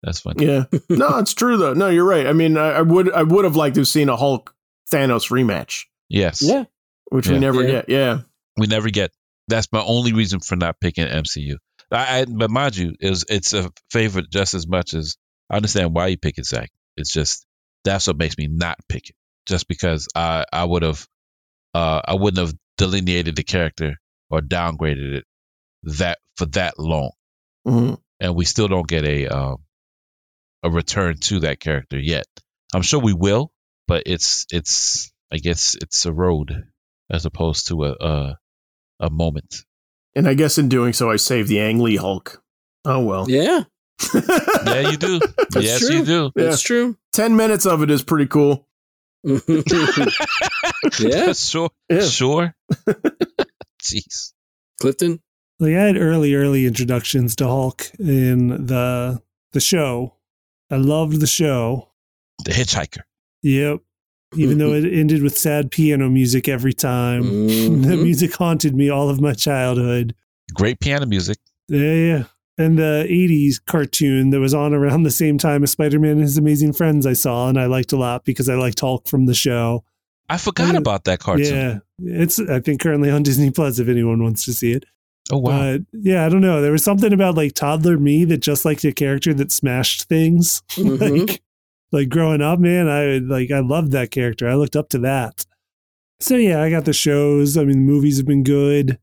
Speaker 3: That's funny. [laughs]
Speaker 1: yeah. No, it's true though. No, you're right. I mean, I, I would I would have liked to have seen a Hulk Thanos rematch,
Speaker 3: Yes.
Speaker 2: Yeah.
Speaker 1: which
Speaker 3: Yeah.
Speaker 1: we never
Speaker 2: Yeah.
Speaker 1: get. Yeah.
Speaker 3: We never get. That's my only reason for not picking MCU. I, I but mind you, is it's a favorite just as much as I understand why you pick it, Zach. It's just that's what makes me not pick it. Just because I I would have uh I wouldn't have delineated the character or downgraded it that for that long.
Speaker 1: Mhm.
Speaker 3: and we still don't get a um, a return to that character yet. I'm sure we will, but it's it's I guess it's a road as opposed to a a, a moment.
Speaker 1: And I guess in doing so, I saved the Ang Lee Hulk. Oh well.
Speaker 2: Yeah.
Speaker 1: [laughs]
Speaker 3: Yeah, you [laughs] do.
Speaker 2: That's
Speaker 3: yes,
Speaker 2: true.
Speaker 3: you do.
Speaker 2: That's true.
Speaker 1: Ten minutes of it is pretty cool.
Speaker 2: yeah. Mm-hmm. [laughs]
Speaker 3: [laughs] sure, sure. Jeez.
Speaker 2: Clifton.
Speaker 4: Like I had early, early introductions to Hulk in the the show. I loved the show.
Speaker 3: The hitchhiker.
Speaker 4: Yep. Even though it ended with sad piano music every time. [laughs]
Speaker 2: Mhm.
Speaker 3: Mm-hmm.
Speaker 4: That music haunted me all of my childhood.
Speaker 3: Great piano music.
Speaker 4: Yeah, yeah. and the 80s cartoon that was on around the same time as Spider-Man and His Amazing Friends I saw and I liked a lot because I liked Hulk from the show.
Speaker 3: I forgot
Speaker 4: Uh,
Speaker 3: about that cartoon.
Speaker 4: Yeah. It's I think currently on [laughs] Disney Plus if anyone wants to see it.
Speaker 3: Oh wow.
Speaker 4: But yeah, I don't know. There was something about like toddler me that just liked a character that smashed things. [laughs]
Speaker 2: Mhm.
Speaker 4: like, like growing up, man, I like I loved that character. I looked up to that. So yeah, I got the shows. I mean, the movies have been good.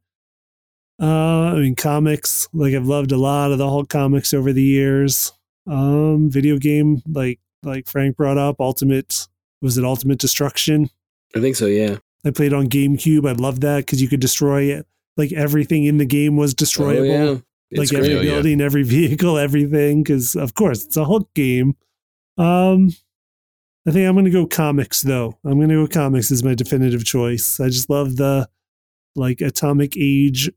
Speaker 4: Uh, I mean, comics. Like I've loved a lot of the Hulk comics over the years. Um, video game, like like Frank brought up, Ultimate was it Ultimate Destruction?
Speaker 2: I think so. Yeah.
Speaker 4: I played on GameCube. I loved that because you could destroy it. Like everything in the game was
Speaker 2: Oh,
Speaker 4: destroyable
Speaker 2: yeah. It's
Speaker 4: like every
Speaker 3: great. Yeah, yeah.
Speaker 4: building, every [laughs] vehicle, everything. Because of course it's a Hulk game. Um, I think I'm going to go comics though. I'm going to go comics as my definitive choice. I just love the like atomic age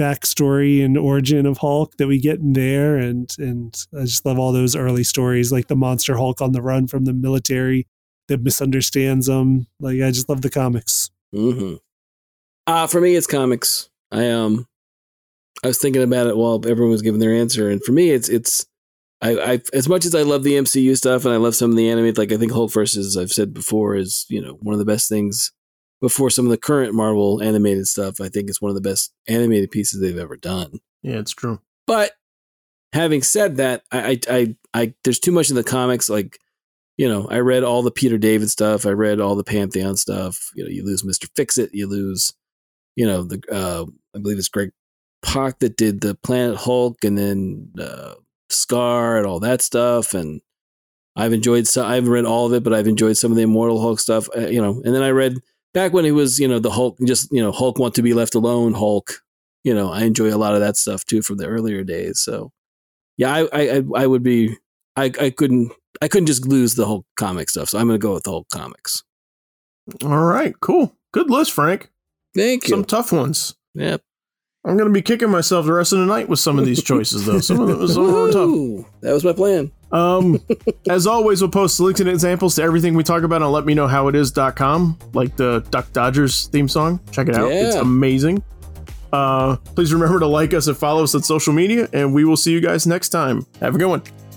Speaker 4: backstory and origin of Hulk that we get in there, and and I just love all those early stories, like the monster Hulk on the run from the military that misunderstands them. Like I just love the comics.
Speaker 2: Mm-hmm. Uh, for me, it's comics. I um, I was thinking about it while everyone was giving their answer, and for me, it's it's I, I as much as I love the MCU stuff and I love some of the anime, like I think Hulk versus as I've said before is you know one of the best things before some of the current Marvel animated stuff. I think it's one of the best animated pieces they've ever done.
Speaker 1: Yeah, it's true.
Speaker 2: But having said that, I, I, I, I, there's too much in the comics. Like, you know, I read all the Peter David stuff. I read all the Pantheon stuff. You know, you lose Mister Fix It. You lose, you know, the uh, I believe it's Greg Pak that did the Planet Hulk, and then uh, Scar and all that stuff. And I've enjoyed. So I haven't read all of it, but I've enjoyed some of the Immortal Hulk stuff. Uh, you know, and then I read back when he was, you know, the Hulk, just you know, Hulk want to be left alone, Hulk you know, I enjoy a lot of that stuff too from the earlier days. So yeah, I I, I- I would be I, I couldn't I couldn't just lose the whole comic stuff. So I'm gonna go with the whole comics.
Speaker 1: All right, cool. Good list, Frank.
Speaker 2: Thank you.
Speaker 1: Some tough ones.
Speaker 2: yep.
Speaker 1: I'm gonna be kicking myself the rest of the night with some of these choices, though. Some of them, some of them were tough.
Speaker 2: Woo! That was my plan.
Speaker 1: Um, as always, we'll post links and examples to everything we talk about on letmeknowhowitis.com, like the Duck Dodgers theme song. Check it out. It's
Speaker 2: Yeah.
Speaker 1: amazing. Uh, please remember to like us and follow us on social media, and we will see you guys next time. Have a good one.